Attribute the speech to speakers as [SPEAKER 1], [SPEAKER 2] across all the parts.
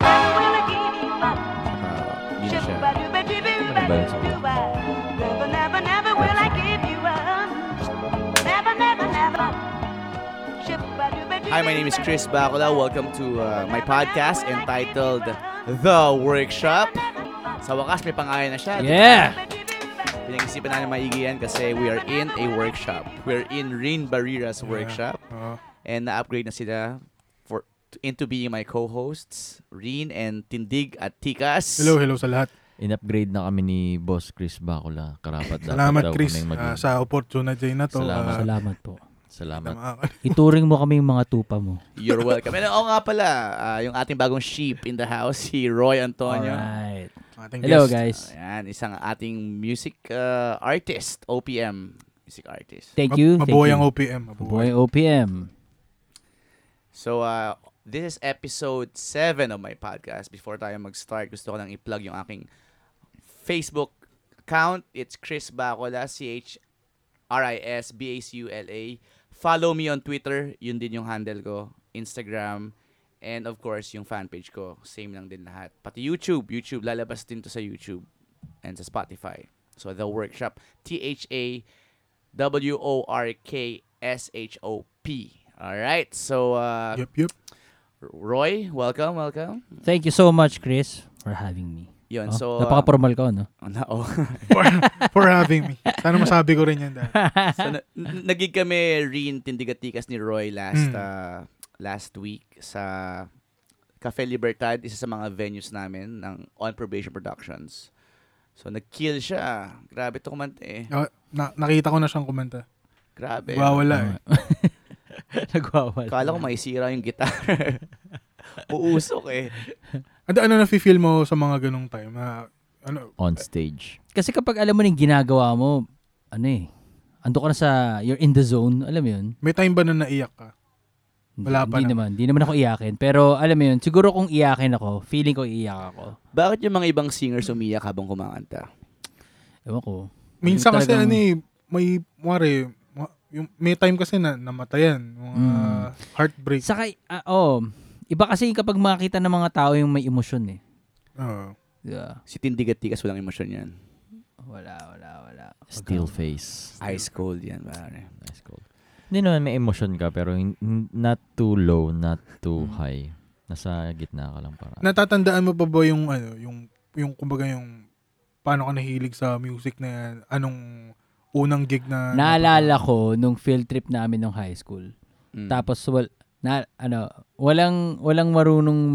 [SPEAKER 1] Ah,
[SPEAKER 2] That's
[SPEAKER 3] do I. Never, never, never will I give you up. Never, never, never.
[SPEAKER 1] Hi, my name is Chris Bacula. Welcome to uh, my podcast entitled The Workshop. Sa wakas, may pangalan na siya.
[SPEAKER 4] Yeah!
[SPEAKER 1] Pinag-isipan namin maigi yan kasi we are in a workshop. We are in Rin Barrera's workshop.
[SPEAKER 5] Oo.
[SPEAKER 1] And na-upgrade na sila for into being my co-hosts, Rin and Tindig at Tikas.
[SPEAKER 5] Hello, hello sa lahat.
[SPEAKER 2] In-upgrade na kami ni Boss Chris Bacula. Karapat dapat
[SPEAKER 5] Salamat
[SPEAKER 2] daw
[SPEAKER 5] Chris
[SPEAKER 2] kaming
[SPEAKER 5] ah,
[SPEAKER 2] maging-
[SPEAKER 5] sa opportunity na to.
[SPEAKER 2] Salamat.
[SPEAKER 5] Ah,
[SPEAKER 4] Salamat po.
[SPEAKER 2] Salamat.
[SPEAKER 5] tama ka.
[SPEAKER 4] Ituring mo kami yung mga tupa mo.
[SPEAKER 1] You're welcome. And oo nga pala, ah, yung ating bagong sheep in the house, si Roy Antonio.
[SPEAKER 4] Alright.
[SPEAKER 5] Ating
[SPEAKER 4] Hello
[SPEAKER 5] guest.
[SPEAKER 4] guys.
[SPEAKER 1] Ayan, isang ating music ah, artist, OPM. Music artist.
[SPEAKER 4] Thank you.
[SPEAKER 5] Mab-
[SPEAKER 4] thank
[SPEAKER 5] mabuhay
[SPEAKER 4] you.
[SPEAKER 5] ang OPM. Mabuhay.
[SPEAKER 4] Mabuhay ang OPM.
[SPEAKER 1] So, uh, this is episode 7 of my podcast. Before tayo mag-start, gusto ko lang i-plug yung aking Facebook account. It's Chris Bacula, C-H-R-I-S-B-A-C-U-L-A. Follow me on Twitter, yun din yung handle ko. Instagram, and of course, yung fanpage ko. Same lang din lahat. Pati YouTube, YouTube, lalabas din to sa YouTube and sa Spotify. So, The Workshop, T-H-A, W O R K S H O P. All right. So, uh,
[SPEAKER 5] Yup, yup.
[SPEAKER 1] Roy, welcome, welcome.
[SPEAKER 4] Thank you so much Chris for having me.
[SPEAKER 1] Yun,
[SPEAKER 4] Oh,
[SPEAKER 1] so... uh,
[SPEAKER 4] Napaka-formal ka no?
[SPEAKER 1] oh, na- oh.
[SPEAKER 5] For, for having me. Sana masabi ko rin yan dahil.
[SPEAKER 1] so, na- n- nagig kami rin tindigatikas ni Roy last
[SPEAKER 5] Mm.
[SPEAKER 1] uh, last week sa Cafe Libertad, isa sa mga venues namin ng On Probation Productions. So, nag-kill siya. Grabe to kumante eh.
[SPEAKER 5] Ah, na, nakita ko na siyang kumanta.
[SPEAKER 1] Grabe.
[SPEAKER 5] Wawala eh.
[SPEAKER 4] Nagwawala.
[SPEAKER 1] Kala ko maisira yung guitar. Uusok eh.
[SPEAKER 5] Ano, ano na-feel mo sa mga ganong time? Ah, ano,
[SPEAKER 2] on stage.
[SPEAKER 4] Kasi kapag alam mo na yung ginagawa mo, ano eh, ando ka na sa, you're in the zone, alam mo yun?
[SPEAKER 5] may time ba na naiyak ka?
[SPEAKER 4] Hindi-
[SPEAKER 5] Wala pa
[SPEAKER 4] hindi naman. Hindi naman ako iyakin. Pero alam mo yun, siguro kung iyakin ako, feeling ko iiyak ako.
[SPEAKER 1] Bakit yung mga ibang singers umiyak habang kumakanta?
[SPEAKER 4] Ewan ko.
[SPEAKER 5] Minsan
[SPEAKER 4] Yung
[SPEAKER 5] kasi
[SPEAKER 4] talagang-
[SPEAKER 5] ano eh, may, wari, yung, may time kasi na namatayan. Mga
[SPEAKER 4] Mm.
[SPEAKER 5] heartbreak.
[SPEAKER 4] Saka, ah, oh, iba kasi kapag makita ng mga tao yung may emosyon eh.
[SPEAKER 5] Oo.
[SPEAKER 4] Yeah.
[SPEAKER 1] Si Tindigatikas walang emosyon yan.
[SPEAKER 4] Wala, wala, wala.
[SPEAKER 2] Still face.
[SPEAKER 1] Ice cold yan, pare.
[SPEAKER 2] Nice call. Hindi naman may emotion ka pero hin- hin- not too low, not
[SPEAKER 5] Hmm.
[SPEAKER 2] too high. Nasa gitna ka lang para.
[SPEAKER 5] Natatandaan mo pa ba yung ano, yung yung kumbaga yung paano ka nahilig sa music na yan? Anong unang gig na
[SPEAKER 4] Naalala ko nung field trip namin nung high school.
[SPEAKER 1] Mm.
[SPEAKER 4] Tapos wal na ano, walang walang marunong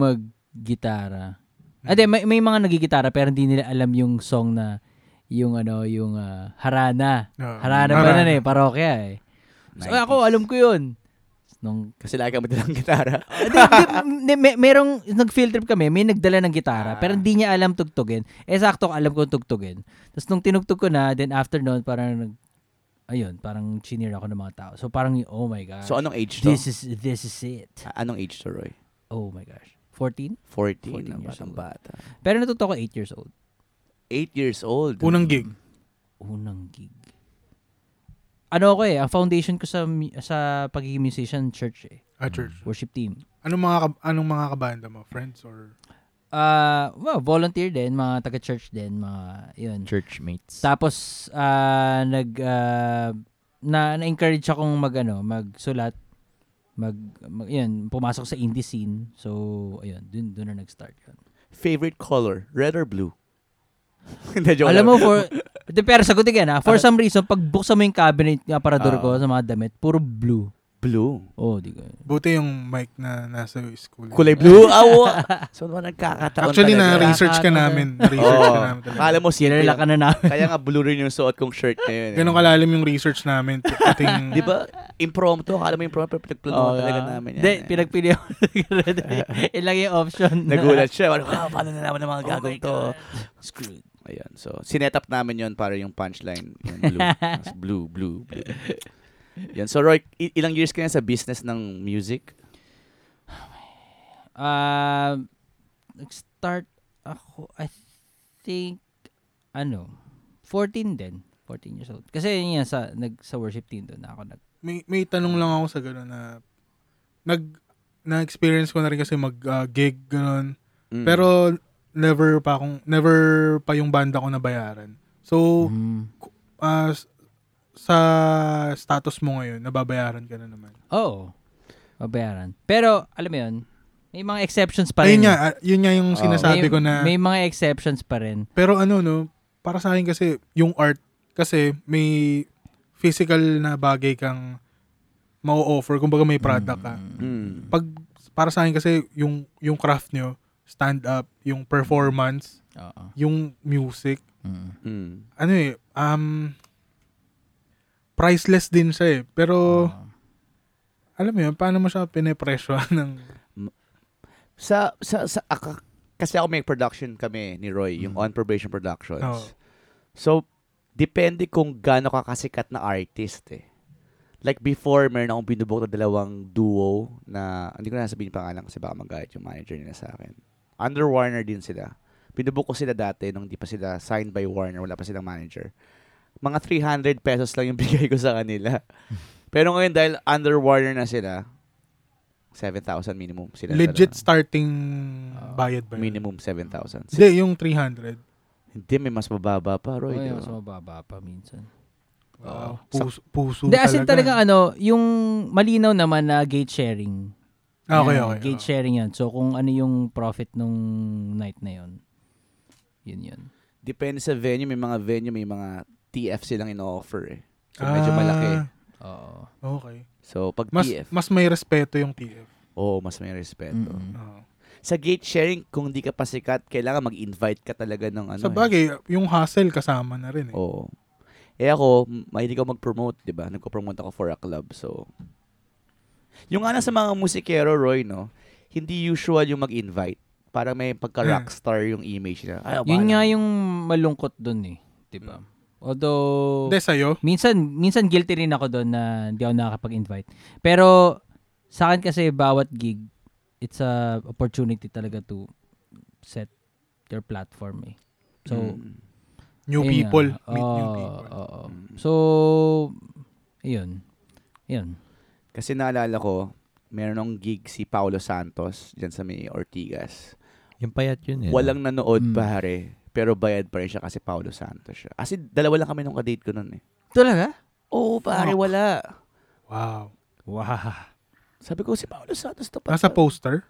[SPEAKER 4] maggitara. Ade, may may mga nagigitara pero hindi nila alam yung song na yung ano, yung ah, Harana.
[SPEAKER 5] Oo.
[SPEAKER 4] Harana ba
[SPEAKER 5] Harana.
[SPEAKER 4] na eh, parokya eh. So
[SPEAKER 1] 90s.
[SPEAKER 4] ako alam ko 'yun. Nung
[SPEAKER 1] Kasi lagi kami dalang gitara.
[SPEAKER 4] hindi, hindi, may, merong nag-field trip kami, may nagdala ng
[SPEAKER 1] Ah.
[SPEAKER 4] gitara, pero hindi niya alam tugtugin. Eh, sakto ko alam ko tugtugin. Tapos nung tinugtog ko na, then after noon, parang nag, ayun, parang chinir ako ng mga tao. So parang, oh my gosh.
[SPEAKER 1] So anong age to? Ah.
[SPEAKER 4] This is this is it.
[SPEAKER 1] A- Anong age to, Roy?
[SPEAKER 4] Oh my gosh. 14?
[SPEAKER 1] 14,
[SPEAKER 4] 14
[SPEAKER 1] ang
[SPEAKER 4] years
[SPEAKER 1] batang
[SPEAKER 4] old.
[SPEAKER 1] bata.
[SPEAKER 4] Pero natuto ko 8 years old.
[SPEAKER 1] 8 years old.
[SPEAKER 5] unang gig?
[SPEAKER 4] Unang gig. Ano ako eh, ang foundation ko sa mu- sa pagiging musician, church eh.
[SPEAKER 5] At church.
[SPEAKER 4] Worship team.
[SPEAKER 5] Anong mga kab- anong mga kabanda mo? Friends or
[SPEAKER 4] Ah, well, volunteer din, mga taga-church din, mga, yun.
[SPEAKER 2] Churchmates.
[SPEAKER 4] Tapos ah, nag ah, na na-encourage akong magano, magsulat, mag, mag yun, pumasok sa indie scene. So ayun, dun dun na nag-start yun.
[SPEAKER 1] Favorite color, red or blue? Hindi, joke
[SPEAKER 4] Alam mo
[SPEAKER 1] lang.
[SPEAKER 4] for de, pero sagutin ka na, for some reason pag buksan mo yung cabinet ng aparador
[SPEAKER 1] Ah.
[SPEAKER 4] ko sa mga damit, puro blue.
[SPEAKER 1] Blue.
[SPEAKER 4] Oh, di ko.
[SPEAKER 5] buti yung mic na nasa school.
[SPEAKER 1] Kulay blue? Awa! so, naman nagkakataon
[SPEAKER 5] Actually na
[SPEAKER 1] talaga.
[SPEAKER 5] research ka namin, research ka namin.
[SPEAKER 1] Oo.
[SPEAKER 5] talaga.
[SPEAKER 1] Akala mo silver.
[SPEAKER 4] Kinala ka na namin.
[SPEAKER 1] Kaya nga blue rin yung suot kong shirt na yun. eh.
[SPEAKER 5] Ganun kalalim yung research namin. Ting,
[SPEAKER 1] Di ba? Impromptu. Akala mo impromptu. pero Pinagplanuhan
[SPEAKER 4] Oo,
[SPEAKER 1] talaga
[SPEAKER 4] ah.
[SPEAKER 1] namin yan.
[SPEAKER 4] Hindi,
[SPEAKER 1] eh.
[SPEAKER 4] pinagpili ako. Ilang yung option.
[SPEAKER 1] Nagulat siya. Parang, ah, paano na naman ang mga
[SPEAKER 4] Oh
[SPEAKER 1] gagawin
[SPEAKER 4] my
[SPEAKER 1] to?
[SPEAKER 4] God. Screwed.
[SPEAKER 1] Ayan. So, sinet up namin yon para yung punchline. Yung blue. Tapos blue, blue, blue. Yan. So, Roy, i- ilang years ka na sa business ng music?
[SPEAKER 4] Ah, nag-start ako, I think, ano, 14 din. 14 years old. Kasi yun yan, sa, nag, sa worship team doon ako nag...
[SPEAKER 5] may, may tanong lang ako sa ganun na nag na-experience ko na rin kasi mag-gig ah, ganun.
[SPEAKER 1] Mm.
[SPEAKER 5] Pero never pa akong never pa yung banda ko nabayaran. So,
[SPEAKER 4] Mm.
[SPEAKER 5] ah, s- sa status mo ngayon, nababayaran ka na naman.
[SPEAKER 4] Oo. Babayaran. Pero, alam mo yun, may mga exceptions pa rin.
[SPEAKER 5] Ayun nga, ah, yun nga yung
[SPEAKER 4] Oo.
[SPEAKER 5] sinasabi
[SPEAKER 4] May-
[SPEAKER 5] ko na
[SPEAKER 4] May mga exceptions pa rin.
[SPEAKER 5] Pero ano no, para sa akin kasi yung art kasi may physical na bagay kang mau-offer, kumbaga may product ka.
[SPEAKER 1] Mm.
[SPEAKER 5] Pag para sa akin kasi yung yung craft nyo, stand up, yung performance,
[SPEAKER 4] Oo.
[SPEAKER 5] yung music,
[SPEAKER 4] Mm.
[SPEAKER 1] Mm.
[SPEAKER 5] ano eh, um priceless din siya eh. Pero
[SPEAKER 1] Ah.
[SPEAKER 5] alam mo yun, paano mo siya pinepresyo ng
[SPEAKER 1] Sa, sa, sa, ak- kasi ako may production kami ni Roy, yung On Probation Productions.
[SPEAKER 5] Mm. Oo.
[SPEAKER 1] So, depende kung gaano ka kasikat na artist eh. Like before, meron akong binubok na dalawang duo na, hindi ko na sabihin yung pangalan kasi baka magayat yung manager nila sa akin. Under Warner din sila. Binubok ko sila dati nung di pa sila signed by Warner, wala pa silang manager. Mga 300 pesos lang yung bigay ko sa kanila. Pero ngayon dahil under Warner na sila, 7,000 minimum sila.
[SPEAKER 5] legit
[SPEAKER 1] dalawa.
[SPEAKER 5] starting
[SPEAKER 4] Oo.
[SPEAKER 5] bayad ba? yun?
[SPEAKER 1] Ah, Minimum 7,000.
[SPEAKER 5] Hindi, yung 300.
[SPEAKER 1] Hindi, may mas mababa pa, Roy.
[SPEAKER 4] Oo,
[SPEAKER 1] di
[SPEAKER 4] yun,
[SPEAKER 1] ba?
[SPEAKER 4] mas mababa pa minsan.
[SPEAKER 1] Ah.
[SPEAKER 5] Wow.
[SPEAKER 1] Sa-
[SPEAKER 5] Puso, puso
[SPEAKER 4] Hindi, as in talaga
[SPEAKER 5] talaga.
[SPEAKER 4] ano, yung malinaw naman na gate sharing.
[SPEAKER 5] Ah, Okay,
[SPEAKER 4] Ayan,
[SPEAKER 5] okay.
[SPEAKER 4] Gate
[SPEAKER 5] oo.
[SPEAKER 4] sharing yan. So, kung ano yung profit nung night na yun, yun yun.
[SPEAKER 1] Depende sa venue. May mga venue, may mga TF silang ino-offer eh. So, medyo
[SPEAKER 5] Ah,
[SPEAKER 1] malaki.
[SPEAKER 4] Oo.
[SPEAKER 5] Okay.
[SPEAKER 1] So, pag
[SPEAKER 5] Mas
[SPEAKER 1] TF,
[SPEAKER 5] mas may respeto yung Ah. TF.
[SPEAKER 1] oo, mas may respeto.
[SPEAKER 4] Mm.
[SPEAKER 5] Oo.
[SPEAKER 1] Sa gate sharing, kung di ka pa sikat, kailangan mag-invite ka talaga ng ano
[SPEAKER 5] Sa bagay, yung hassle kasama na rin
[SPEAKER 1] eh.
[SPEAKER 5] eh.
[SPEAKER 1] Oo. Eh ako, m- mahilig ako mag-promote, di ba? Nagko-promote ako for a club, so... Yung nga lang sa mga musikero, Roy, no? Hindi usual yung mag-invite. Parang may
[SPEAKER 5] Mm.
[SPEAKER 1] pagka-rockstar yung image na. Ay,
[SPEAKER 4] Yun
[SPEAKER 1] bahala.
[SPEAKER 4] nga yung malungkot dun eh. Diba?
[SPEAKER 5] Mm.
[SPEAKER 4] Although,
[SPEAKER 5] Hindi sa'yo.
[SPEAKER 4] minsan, minsan guilty rin ako dun na hindi ako nakakapag-invite. Pero, sa akin kasi bawat gig, it's a opportunity talaga to set your platform eh. So,
[SPEAKER 1] Mm.
[SPEAKER 5] New
[SPEAKER 4] Ayun
[SPEAKER 5] people.
[SPEAKER 4] nga.
[SPEAKER 5] Meet new
[SPEAKER 4] Oo,
[SPEAKER 5] people.
[SPEAKER 4] oo.
[SPEAKER 1] Mm.
[SPEAKER 4] So, ayun. Ayun.
[SPEAKER 1] Kasi naalala ko, meron ng gig si Paolo Santos dyan sa may Ortigas.
[SPEAKER 2] Yung payat yun eh. no?
[SPEAKER 1] Walang nanood
[SPEAKER 4] Mm.
[SPEAKER 1] pare, pero bayad pa rin siya kasi Paolo Santos siya. Kasi dalawa lang kami nung kadate ko nun eh.
[SPEAKER 4] Talaga?
[SPEAKER 1] Oo pare, wala.
[SPEAKER 5] Wow. Ah,
[SPEAKER 4] Wow.
[SPEAKER 1] Sabi ko, si Paolo Santos to pa.
[SPEAKER 5] Nasa poster?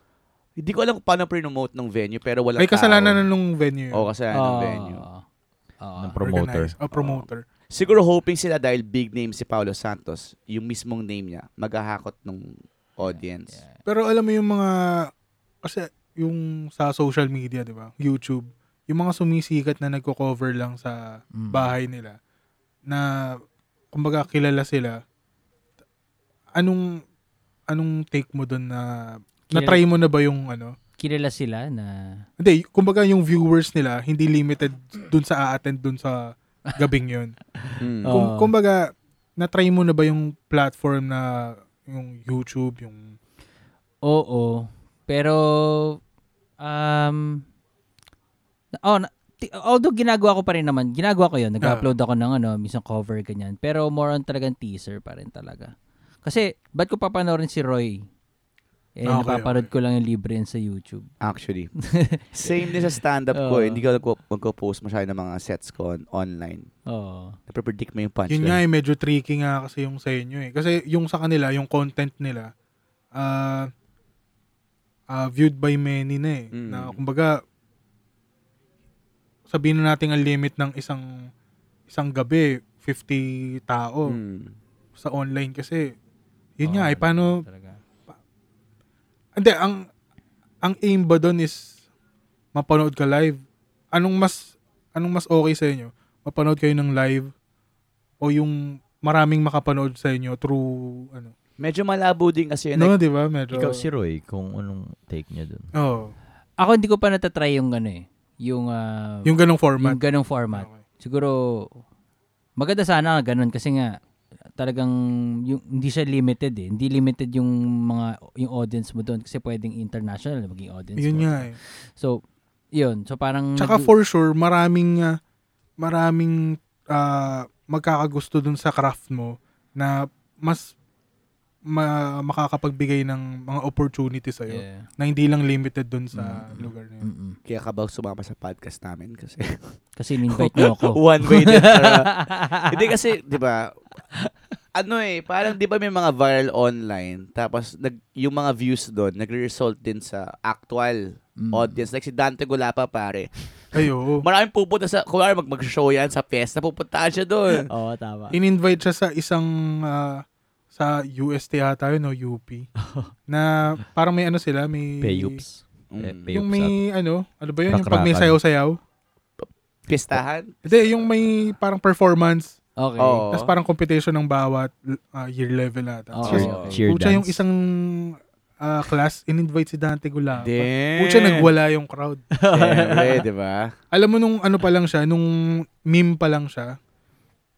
[SPEAKER 1] Hindi ko alam kung paano promote ng venue, pero wala Oh,
[SPEAKER 5] Ay, kasalanan na nung venue. yun.
[SPEAKER 1] Oo, kasalanan
[SPEAKER 4] Ah.
[SPEAKER 1] ng venue.
[SPEAKER 2] Ng promoter.
[SPEAKER 5] Organize. Oh, promoter.
[SPEAKER 1] Siguro hoping sila dahil big name si Paolo Santos, yung mismong name niya, maghahakot ng audience.
[SPEAKER 5] Pero alam mo yung mga, kasi yung sa social media, di ba? YouTube. Yung mga sumisikat na nagko-cover lang sa
[SPEAKER 4] Mm.
[SPEAKER 5] bahay nila na kumbaga kilala sila. Anong anong take mo doon na
[SPEAKER 4] Kilala-
[SPEAKER 5] na-try mo na ba yung ano?
[SPEAKER 4] Kilala sila na...
[SPEAKER 5] Hindi, kumbaga yung viewers nila hindi limited dun sa a-attend dun sa gabing yun.
[SPEAKER 1] Mm.
[SPEAKER 4] Oo.
[SPEAKER 5] Kung, kumbaga, na-try mo na ba yung platform na yung YouTube, yung
[SPEAKER 4] Oo. Pero, um, na- oh, na- ti- although ginagawa ko pa rin naman, ginagawa ko
[SPEAKER 5] Ah.
[SPEAKER 4] yun, nag-upload ako ng ano, minsan cover, ganyan. Pero more on talagang teaser pa rin talaga. Kasi, ba't ko papanoorin si Roy? Eh,
[SPEAKER 5] Ah, Okay,
[SPEAKER 4] napapanood ko lang yung libre yun sa YouTube.
[SPEAKER 1] Actually. Same din sa stand-up ko. eh.
[SPEAKER 4] Oo.
[SPEAKER 1] Hindi ko nagpo- magpo-post masyado ng mga sets ko on- online.
[SPEAKER 4] Oo.
[SPEAKER 1] Napipredict mo yung
[SPEAKER 5] yun nga
[SPEAKER 1] punchline.
[SPEAKER 5] eh, medyo tricky nga kasi yung sa inyo eh. Kasi yung sa kanila, yung content nila, ah ah, viewed by many na eh.
[SPEAKER 1] Mm.
[SPEAKER 5] Na kumbaga, sabihin na natin ang limit ng isang isang gabi, 50 tao
[SPEAKER 1] Mm.
[SPEAKER 5] sa online kasi yun
[SPEAKER 4] Oo,
[SPEAKER 5] nga eh, paano,
[SPEAKER 4] Talaga.
[SPEAKER 5] Hindi, ang ang aim ba doon is mapanood ka live? Anong mas anong mas okay sa inyo? Mapanood kayo ng live o yung maraming makapanood sa inyo through ano?
[SPEAKER 1] Medyo malabo din kasi yun.
[SPEAKER 5] No,
[SPEAKER 1] Like,
[SPEAKER 5] 'di ba? Medyo
[SPEAKER 2] Ikaw si Roy, kung anong take niya dun.
[SPEAKER 5] Oh,
[SPEAKER 4] Ako hindi ko pa natatry yung ano eh. Yung, ah,
[SPEAKER 5] yung ganong format.
[SPEAKER 4] yung ganong format.
[SPEAKER 5] Okay.
[SPEAKER 4] Siguro, maganda sana nga ganun kasi nga, talagang yung, hindi siya limited eh. Hindi limited yung mga yung audience mo doon kasi pwedeng international na maging audience
[SPEAKER 5] Yun
[SPEAKER 4] mo.
[SPEAKER 5] nga eh.
[SPEAKER 4] So, yun. So, parang...
[SPEAKER 5] Tsaka
[SPEAKER 4] nag-
[SPEAKER 5] for sure maraming ah, maraming ah, magkakagusto dun sa craft mo na mas ma- makakapagbigay ng mga opportunity sa
[SPEAKER 4] Yeah. Mm,
[SPEAKER 5] na hindi lang limited dun sa lugar na yun.
[SPEAKER 4] Mm-mm.
[SPEAKER 1] Kaya ka ba sumama sa podcast namin? Kasi
[SPEAKER 4] Kasi in-invite niyo ako.
[SPEAKER 1] one way din. pero- Hindi kasi, di ba, ano eh, parang di ba may mga viral online, tapos nag, yung mga views doon, nagre-result din sa actual
[SPEAKER 4] Mm.
[SPEAKER 1] audience. Like si Dante Gulapa, pare.
[SPEAKER 5] Ay, oo.
[SPEAKER 1] Maraming pupunta sa, kunwari mag- mag-show yan sa fiesta, pupuntaan siya doon.
[SPEAKER 4] Oo, tama.
[SPEAKER 5] In-invite siya sa isang ah, sa UST ata yun, no, UP. na parang may ano sila, may...
[SPEAKER 2] Payups. Eh,
[SPEAKER 1] Mm.
[SPEAKER 2] payups
[SPEAKER 5] Yung may ano, ano ba yun? Yung pag may
[SPEAKER 2] Rakrakan.
[SPEAKER 5] sayaw-sayaw?
[SPEAKER 1] Pistahan?
[SPEAKER 5] Hindi, yung may parang performance.
[SPEAKER 4] Okay.
[SPEAKER 1] Oo.
[SPEAKER 5] Tapos parang competition ng bawat ah, year level ata.
[SPEAKER 4] Oo.
[SPEAKER 2] Cheer,
[SPEAKER 1] Oo.
[SPEAKER 2] cheer
[SPEAKER 5] Pucha,
[SPEAKER 2] dance.
[SPEAKER 5] Oh, yung isang ah, class, in-invite si Dante Gulapa.
[SPEAKER 1] Damn.
[SPEAKER 5] Pucha, ah, nagwala yung crowd.
[SPEAKER 1] Siyempre, di ba?
[SPEAKER 5] Alam mo nung ano pa lang siya, nung meme pa lang siya,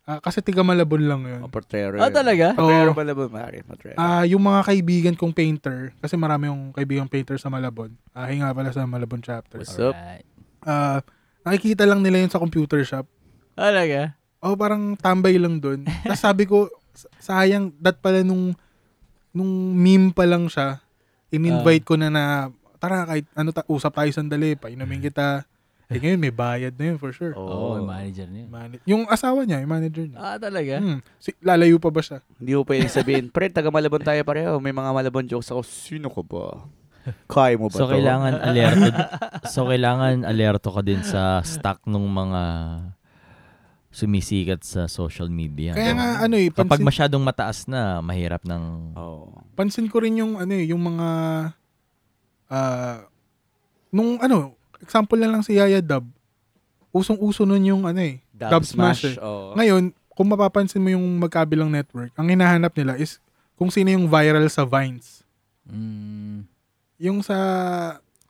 [SPEAKER 5] ah, kasi tiga Malabon lang yun.
[SPEAKER 1] O, Oh, portrero.
[SPEAKER 4] Ah, talaga?
[SPEAKER 1] Portrero
[SPEAKER 5] Oo.
[SPEAKER 1] pala ba, pare? Portrero.
[SPEAKER 5] Ah, yung mga kaibigan kong painter, kasi marami yung kaibigan painter sa Malabon. Ah, hinga pala sa Malabon chapter.
[SPEAKER 1] What's up?
[SPEAKER 4] Alright.
[SPEAKER 5] Ah, nakikita lang nila yun sa computer shop.
[SPEAKER 4] Talaga?
[SPEAKER 5] Oh, parang tambay lang doon. Tapos sabi ko, sa- sayang, that pala nung, nung meme pa lang siya,
[SPEAKER 4] Ah.
[SPEAKER 5] in-invite ko na na, tara, kahit ano, ta- usap tayo sandali, painumin kita. Eh ngayon, may bayad na yun for sure.
[SPEAKER 4] Oo, oh, manager niya.
[SPEAKER 5] Mani- yung asawa niya, yung manager niya.
[SPEAKER 4] Ah, talaga?
[SPEAKER 5] Hmm. Si, lalayo pa ba siya?
[SPEAKER 1] Hindi mo pwedeng sabihin, pre, taga Malabon tayo pareho. May mga Malabon jokes ako. Sino ka ba? Kaya mo ba
[SPEAKER 2] So
[SPEAKER 1] to?
[SPEAKER 2] kailangan alerto So kailangan alerto ka din sa stock ng mga sumisikat sa social media.
[SPEAKER 5] Kaya nga, ano eh,
[SPEAKER 2] Kapag
[SPEAKER 5] pansin,
[SPEAKER 2] masyadong mataas na, mahirap ng
[SPEAKER 1] Oo.
[SPEAKER 5] pansin ko rin yung, ano eh, yung mga, ah, nung, ano, example na lang si Yaya Dub, usong-uso nun yung, ano eh,
[SPEAKER 1] Dub, Oh.
[SPEAKER 5] Dub Smash, eh.
[SPEAKER 1] Oo.
[SPEAKER 5] Ngayon, kung mapapansin mo yung magkabilang network, ang hinahanap nila is kung sino yung viral sa Vines.
[SPEAKER 4] Mm.
[SPEAKER 5] Yung sa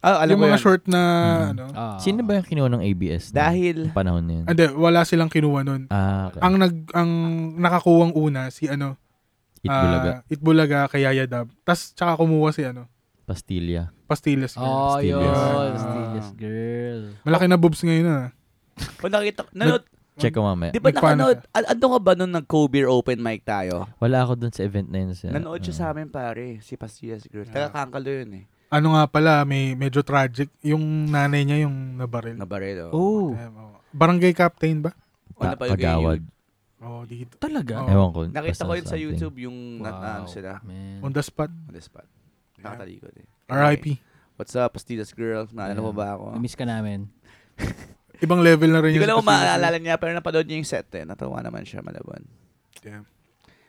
[SPEAKER 1] Ah, alam
[SPEAKER 5] yung
[SPEAKER 1] ko
[SPEAKER 5] mga
[SPEAKER 1] yun.
[SPEAKER 5] short na
[SPEAKER 2] Mhm.
[SPEAKER 5] ano.
[SPEAKER 4] Ah.
[SPEAKER 2] Sino ba yung kinuha ng ABS? na-
[SPEAKER 1] Dahil,
[SPEAKER 2] Yung panahon na yun.
[SPEAKER 5] Hindi, wala silang kinuha nun.
[SPEAKER 2] Ah,
[SPEAKER 5] Ano-
[SPEAKER 2] okay.
[SPEAKER 5] Ang nag ang nakakuwang una si ano,
[SPEAKER 2] Itbulaga.
[SPEAKER 5] ah, Itbulaga kay Yaya Dab. Tapos tsaka kumuha si ano,
[SPEAKER 2] Pastilla.
[SPEAKER 5] Pastillas. Girl.
[SPEAKER 4] Oh,
[SPEAKER 2] Steelers.
[SPEAKER 4] yun.
[SPEAKER 5] Ah.
[SPEAKER 4] Steelers girl.
[SPEAKER 5] Malaki na boobs ngayon ah. na.
[SPEAKER 1] kung Oh, nakita, nanood,
[SPEAKER 2] Check ko mamaya.
[SPEAKER 1] di ba
[SPEAKER 5] May paano
[SPEAKER 1] nakanood, an- ano ka ba nung nag-Kobe Open mic tayo?
[SPEAKER 2] Wala ako dun sa event na yun. Sa,
[SPEAKER 1] Nanood siya
[SPEAKER 2] ah.
[SPEAKER 1] sa amin, pare, si Pastillas Girl.
[SPEAKER 5] Yeah.
[SPEAKER 1] Taga Kankalo yun eh.
[SPEAKER 5] Ano nga pala, may medyo tragic yung nanay niya yung nabaril.
[SPEAKER 1] Nabarelo.
[SPEAKER 4] Oh,
[SPEAKER 5] Damn, oh. Barangay captain ba?
[SPEAKER 1] O,
[SPEAKER 2] Ta-
[SPEAKER 1] napalagay
[SPEAKER 2] Tagawad.
[SPEAKER 1] yun.
[SPEAKER 5] Oh, dito.
[SPEAKER 4] talaga?
[SPEAKER 5] Oh.
[SPEAKER 2] Ah, Ewan ko.
[SPEAKER 1] Nakita
[SPEAKER 2] basta
[SPEAKER 1] ko yun sa
[SPEAKER 2] something.
[SPEAKER 1] YouTube, yung na- na, ano sila,
[SPEAKER 4] Man.
[SPEAKER 5] On the spot.
[SPEAKER 1] on the spot.
[SPEAKER 5] Yeah.
[SPEAKER 1] Nakatalikod eh.
[SPEAKER 5] RIP.
[SPEAKER 1] What's up, Pastillas Girl? Naalala mo
[SPEAKER 4] Yeah.
[SPEAKER 1] ba ako?
[SPEAKER 4] Namiss ka namin.
[SPEAKER 5] Ibang level na rin
[SPEAKER 1] Hindi ko
[SPEAKER 5] yung
[SPEAKER 1] lang kung
[SPEAKER 5] Pastillas Girl.
[SPEAKER 1] maaalala niya, pero napanood niya yung set eh. Natawa naman siya, malabon.
[SPEAKER 5] Damn.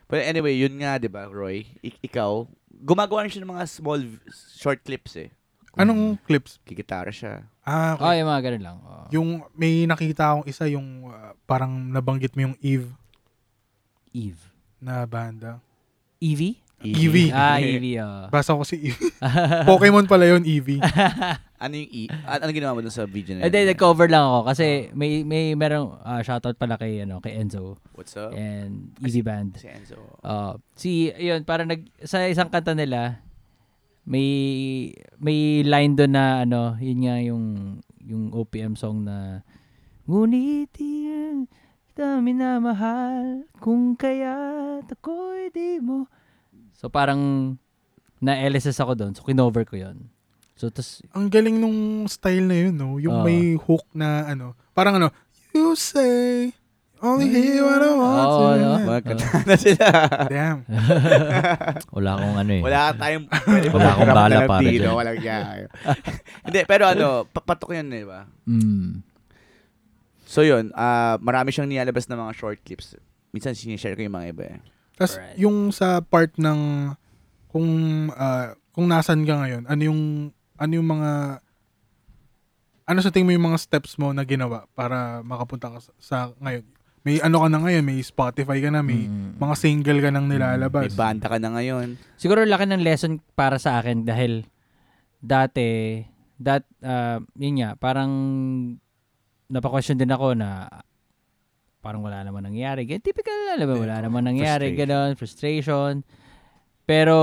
[SPEAKER 1] But anyway, yun nga, di ba, Roy? Ik- ikaw, gumagawa na siya ng mga small v- short clips eh.
[SPEAKER 5] Anong clips?
[SPEAKER 1] Kikitara siya.
[SPEAKER 5] Ah,
[SPEAKER 4] Oh,
[SPEAKER 5] okay.
[SPEAKER 4] yung mga ganun lang. Oh.
[SPEAKER 5] Yung may nakita akong isa yung uh, parang nabanggit mo yung Eve
[SPEAKER 4] Eve.
[SPEAKER 5] na banda.
[SPEAKER 4] Evie?
[SPEAKER 1] E
[SPEAKER 2] E
[SPEAKER 5] Evie.
[SPEAKER 4] ah, Evie, oh.
[SPEAKER 5] Basa ko si Eve. Pokemon pala yun, Eve.
[SPEAKER 1] ano yung E? Ano, ano ginawa mo dun sa video na
[SPEAKER 4] And then, Eh, nag-cover lang ako kasi may may merong ah, shoutout pala kay, ano, kay Enzo
[SPEAKER 1] What's up?
[SPEAKER 4] and Easy Band.
[SPEAKER 1] Si Enzo.
[SPEAKER 4] Oh, si, yun, para nag, sa isang kanta nila, may may line doon na ano, yun nga yung yung OPM song na Ngunit iyan kita minamahal kung kaya ako'y di mo. So parang na LSS ako doon. So kinover ko yun. So tas
[SPEAKER 5] Ang galing nung style na yun, no?
[SPEAKER 4] Oo.
[SPEAKER 5] Yung may hook na ano. Parang ano, you say, only hear what I want
[SPEAKER 4] Oo,
[SPEAKER 5] to.
[SPEAKER 4] no?
[SPEAKER 5] Yan.
[SPEAKER 1] Mga kanta na sila.
[SPEAKER 4] Ah.
[SPEAKER 5] Damn.
[SPEAKER 2] Wala akong ano eh.
[SPEAKER 1] Wala ka tayong pwede
[SPEAKER 2] Wala akong
[SPEAKER 1] magkarap
[SPEAKER 2] bala
[SPEAKER 1] ng
[SPEAKER 2] para
[SPEAKER 1] Pilipino,
[SPEAKER 2] dyan.
[SPEAKER 1] Walang gaya. Hindi, pero ano, pa- patok yun, di ba?
[SPEAKER 4] mm,
[SPEAKER 1] So yun, ah marami siyang nilalabas na mga short clips. Minsan sinishare ko yung mga iba eh.
[SPEAKER 5] Tapos
[SPEAKER 4] Alright.
[SPEAKER 5] yung sa part ng kung ah, kung nasan ka ngayon, ano yung ano yung mga ano sa tingin mo yung mga steps mo na ginawa para makapunta ka sa, sa ngayon? May ano ka na ngayon, may Spotify ka na, may
[SPEAKER 4] Mm.
[SPEAKER 5] mga single ka nang nilalabas.
[SPEAKER 1] May banda ka na ngayon.
[SPEAKER 4] Siguro laki ng lesson para sa akin dahil dati that uh, yun nga parang napa-question din ako na parang wala naman nangyari. Ganyan, typical alam mo wala naman nangyari,
[SPEAKER 2] Frustration.
[SPEAKER 4] ganun, frustration. Pero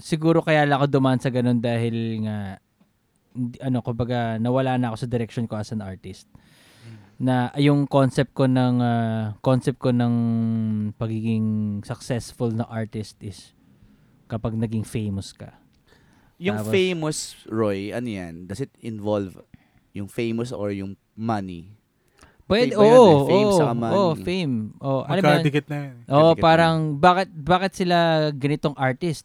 [SPEAKER 4] siguro kaya lang ako dumaan sa ganun dahil nga hindi- ano kumbaga nawala na ako sa direction ko as an artist na yung concept ko ng ah, concept ko ng pagiging successful na artist is kapag naging famous ka.
[SPEAKER 1] Yung
[SPEAKER 4] Tapos-
[SPEAKER 1] famous, Roy, ano yan? Does it involve yung famous or yung money?
[SPEAKER 4] Pwede,
[SPEAKER 1] Iba yun eh,
[SPEAKER 4] oo,
[SPEAKER 1] fame
[SPEAKER 4] oo,
[SPEAKER 1] sa kaman.
[SPEAKER 4] oo, fame. Oh, alam mo yun?
[SPEAKER 5] Magkadikit na yun. eh.
[SPEAKER 4] Oo,
[SPEAKER 1] Dikit na.
[SPEAKER 4] parang bakit bakit sila ganitong artist?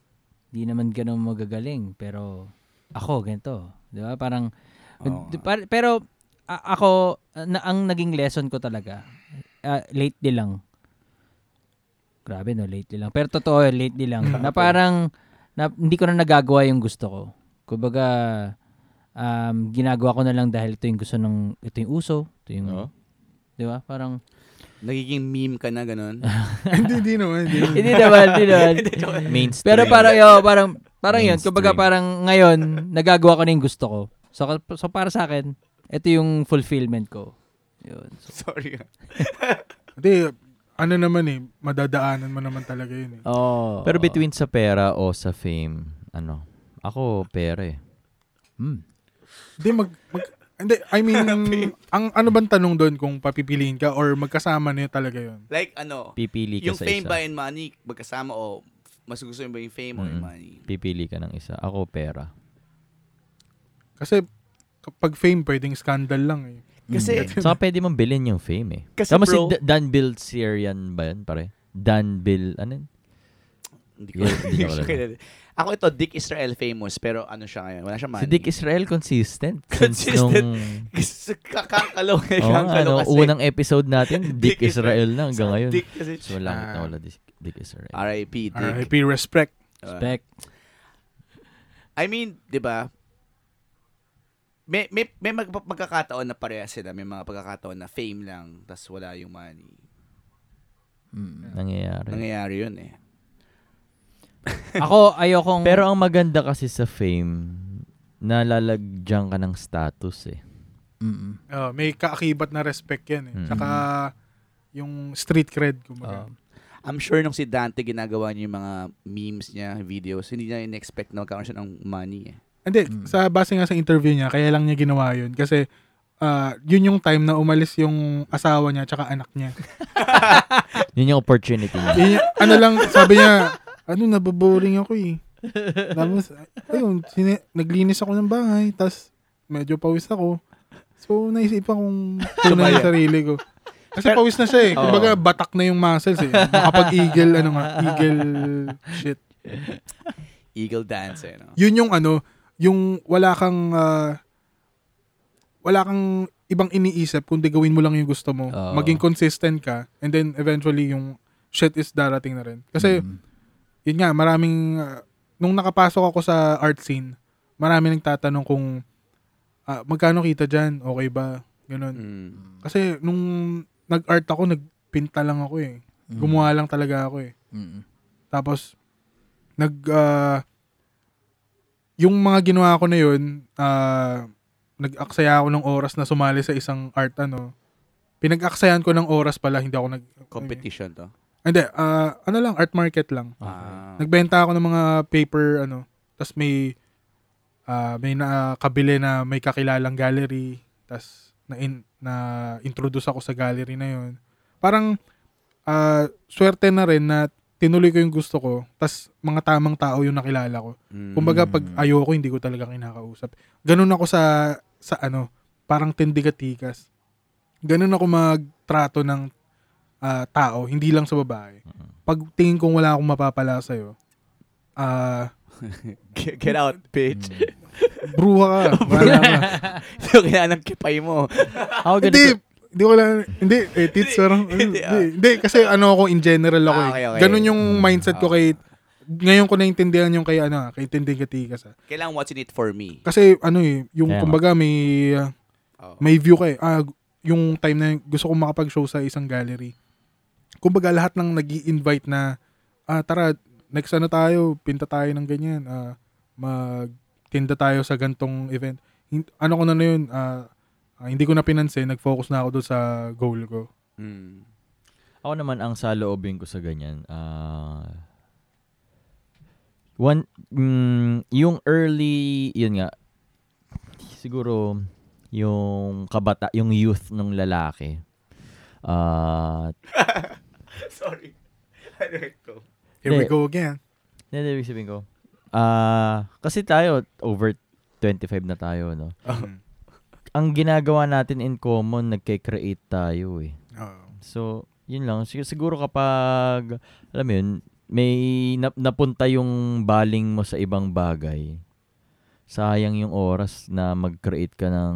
[SPEAKER 4] Di naman ganun magagaling, pero ako ganito, 'di ba? Parang
[SPEAKER 1] Oo
[SPEAKER 4] d- par- pero a- ako na, ang naging lesson ko talaga ah, lately lang. Grabe no, lately lang. Pero totoo, lately lang. na parang na, hindi ko na nagagawa yung gusto ko. Kumbaga um, ginagawa ko na lang dahil ito yung gusto ng ito yung uso, ito yung
[SPEAKER 2] Oo.
[SPEAKER 4] 'di ba? Parang
[SPEAKER 1] Nagiging meme ka na ganun.
[SPEAKER 5] Hindi, hindi naman. Hindi. naman.
[SPEAKER 4] hindi naman, hindi naman.
[SPEAKER 2] Mainstream.
[SPEAKER 4] Pero parang, yo, parang, parang yun.
[SPEAKER 2] Mainstream.
[SPEAKER 4] Kumbaga parang ngayon, nagagawa ko na yung gusto ko. So, ka- so para sa akin, ito yung fulfillment ko. Yun. So,
[SPEAKER 1] Sorry. ah.
[SPEAKER 5] Hindi, ano naman eh, madadaanan mo naman talaga yun eh.
[SPEAKER 4] oh.
[SPEAKER 2] Pero between sa pera o sa fame, ano? Ako, pera eh. Hmm.
[SPEAKER 5] Hindi, mag, mag- hindi, I mean, ang ano bang tanong doon kung papipiliin ka or magkasama na yun talaga yun?
[SPEAKER 1] Like ano,
[SPEAKER 2] Pipili ka
[SPEAKER 1] yung
[SPEAKER 2] sa
[SPEAKER 1] fame
[SPEAKER 2] isa.
[SPEAKER 1] ba and money, magkasama o mas gusto mo ba yung fame or
[SPEAKER 2] Mm.
[SPEAKER 1] yung money?
[SPEAKER 2] Pipili ka ng isa. Ako, pera.
[SPEAKER 5] Kasi kapag fame, pwedeng scandal lang eh.
[SPEAKER 1] Kasi-
[SPEAKER 2] Mm. Saka pwede mong bilhin yung fame eh.
[SPEAKER 1] Kasi,
[SPEAKER 2] Tama si
[SPEAKER 1] bro-
[SPEAKER 2] D- Dan Bill Sirian ba yan, pare? Dan Bill, ano yun?
[SPEAKER 1] Hindi
[SPEAKER 2] Yeah, hindi ko alam.
[SPEAKER 1] kilala. Ako ito, Dick Israel famous, pero ano siya ngayon? Wala siya money.
[SPEAKER 2] Si Dick Israel, consistent. Since
[SPEAKER 1] Consistent.
[SPEAKER 2] nung-
[SPEAKER 1] Kakakalaw ngayon.
[SPEAKER 2] Oo nga,
[SPEAKER 1] kakakalaw
[SPEAKER 2] ano,
[SPEAKER 1] kasi.
[SPEAKER 2] unang episode natin, Dick,
[SPEAKER 1] Dick
[SPEAKER 2] Israel na
[SPEAKER 1] Sa
[SPEAKER 2] hanggang ngayon.
[SPEAKER 1] Dick Ah. kasi.
[SPEAKER 2] So, wala akong
[SPEAKER 5] Ah.
[SPEAKER 2] nawala Dick, Dick Israel.
[SPEAKER 1] R.I.P. Dick.
[SPEAKER 5] RIP, respect.
[SPEAKER 1] Uh,
[SPEAKER 4] Respect.
[SPEAKER 1] I mean, di ba, may, may, may mag, magkakataon na pareha sila. May mga pagkakataon na fame lang, tas wala yung money.
[SPEAKER 4] Mm.
[SPEAKER 2] Nangyayari.
[SPEAKER 1] Nangyayari yun eh.
[SPEAKER 4] Ako, ayokong...
[SPEAKER 2] Pero ang maganda kasi sa fame, nalalagyan ka ng status eh.
[SPEAKER 4] Mm-mm.
[SPEAKER 5] Oh, may kaakibat na respect yan eh.
[SPEAKER 2] Mm.
[SPEAKER 5] Saka yung street cred, kumbaga.
[SPEAKER 4] Oh.
[SPEAKER 1] I'm sure nung si Dante ginagawa niya yung mga memes niya, videos, hindi niya in-expect na magkakaroon siya ng money eh.
[SPEAKER 5] Hindi,
[SPEAKER 4] Mm.
[SPEAKER 5] sa base nga sa interview niya, kaya lang niya ginawa yun. Kasi ah, yun yung time na umalis yung asawa niya tsaka anak niya.
[SPEAKER 2] Yun yung opportunity niya.
[SPEAKER 5] Yun yung- ano lang, sabi niya, ano, nababoring ako eh. Tapos, ayun, sine- naglinis ako ng bahay, tapos medyo pawis ako. So, naisipan kong tunan yung sarili ko. Kasi pawis na siya eh.
[SPEAKER 1] Oo.
[SPEAKER 5] Kumbaga, batak na yung muscles eh. Makapag-eagle, ano nga, eagle shit.
[SPEAKER 1] Eagle dance eh, no?
[SPEAKER 5] yun yung ano, yung wala kang ah, wala kang ibang iniisip kundi gawin mo lang yung gusto mo.
[SPEAKER 4] Oo.
[SPEAKER 5] Maging consistent ka and then eventually yung shit is darating na rin. Kasi
[SPEAKER 4] Mm.
[SPEAKER 5] yun nga, maraming ah, nung nakapasok ako sa art scene, marami nagtatanong kung ah, magkano kita diyan, okay ba? Ganun.
[SPEAKER 1] Mm.
[SPEAKER 5] Kasi nung nag-art ako, nagpinta lang ako eh.
[SPEAKER 4] Mm.
[SPEAKER 5] Gumawa lang talaga ako eh.
[SPEAKER 4] Mm-mm.
[SPEAKER 5] Tapos, nag, ah, yung mga ginawa ko na yun, ah, nag-aksaya ako ng oras na sumali sa isang art, ano. Pinag-aksayan ko ng oras pala, hindi ako nag...
[SPEAKER 1] Competition to.
[SPEAKER 5] Hindi, ah, ano lang, art market lang.
[SPEAKER 1] Ah.
[SPEAKER 5] Nagbenta ako ng mga paper, ano. Tapos may, ah, may nakabili na may kakilalang gallery. Tapos, na, in, na introduce ako sa gallery na yun. Parang, ah, swerte na rin na tinuloy ko yung gusto ko. Tapos, mga tamang tao yung nakilala ko.
[SPEAKER 1] Mm.
[SPEAKER 5] Kumbaga, pag ayoko, hindi ko talaga kinakausap. Ganun ako sa, sa ano, parang tindigatikas. Ganun ako magtrato ng ah, tao, hindi lang sa babae. Pag tingin kong wala akong mapapala sa'yo, ah,
[SPEAKER 1] Get get out, bitch.
[SPEAKER 5] bruha ka. Wala ka.
[SPEAKER 1] Hindi ko kailangan ng kipay mo.
[SPEAKER 2] Ako
[SPEAKER 5] hindi,
[SPEAKER 2] ganito.
[SPEAKER 5] hindi ko lang, hindi, eh, tits, parang, ano,
[SPEAKER 1] Hindi,
[SPEAKER 5] hindi,
[SPEAKER 1] ah.
[SPEAKER 5] hindi, kasi ano ako in general ako
[SPEAKER 1] Ah,
[SPEAKER 5] eh.
[SPEAKER 1] okay, okay.
[SPEAKER 5] Ganun yung mindset ko
[SPEAKER 1] Ah.
[SPEAKER 5] kay, ngayon ko naintindihan yung kay, ano, ah, kay tindigatikas. ah.
[SPEAKER 1] Kailangan watching it for me.
[SPEAKER 5] Kasi, ano eh, yung,
[SPEAKER 2] Kaya nga.
[SPEAKER 5] kumbaga, may, ah,
[SPEAKER 1] Oh.
[SPEAKER 5] may view ka eh. Ah, gu- yung time na gusto kong makapag-show sa isang gallery. Kumbaga lahat ng nag invite na, ah, tara, next ano tayo, pinta tayo ng ganyan, ah, magtinda tayo sa gantong event. Hin- Ano ko na na yun, ah, ah, hindi ko na pinansin, nag-focus na ako doon sa goal ko.
[SPEAKER 1] Mm.
[SPEAKER 2] Ako naman, ang saloobin ko sa ganyan, ah, one, mm, yung early, yun nga, siguro, yung kabata, yung youth ng lalaki, ah,
[SPEAKER 1] Sorry. I don't know.
[SPEAKER 5] Here we
[SPEAKER 2] Eh,
[SPEAKER 5] go again.
[SPEAKER 2] Hindi, hindi, ibig sabihin ko. Ah, kasi tayo over 25 na tayo, no.
[SPEAKER 5] Mm.
[SPEAKER 2] Ang ginagawa natin in common, nagke-create tayo eh.
[SPEAKER 5] Oo.
[SPEAKER 2] So, yun lang. Sig- Siguro kapag, alam mo yun, may nap- napunta yung baling mo sa ibang bagay, sayang yung oras na mag-create ka ng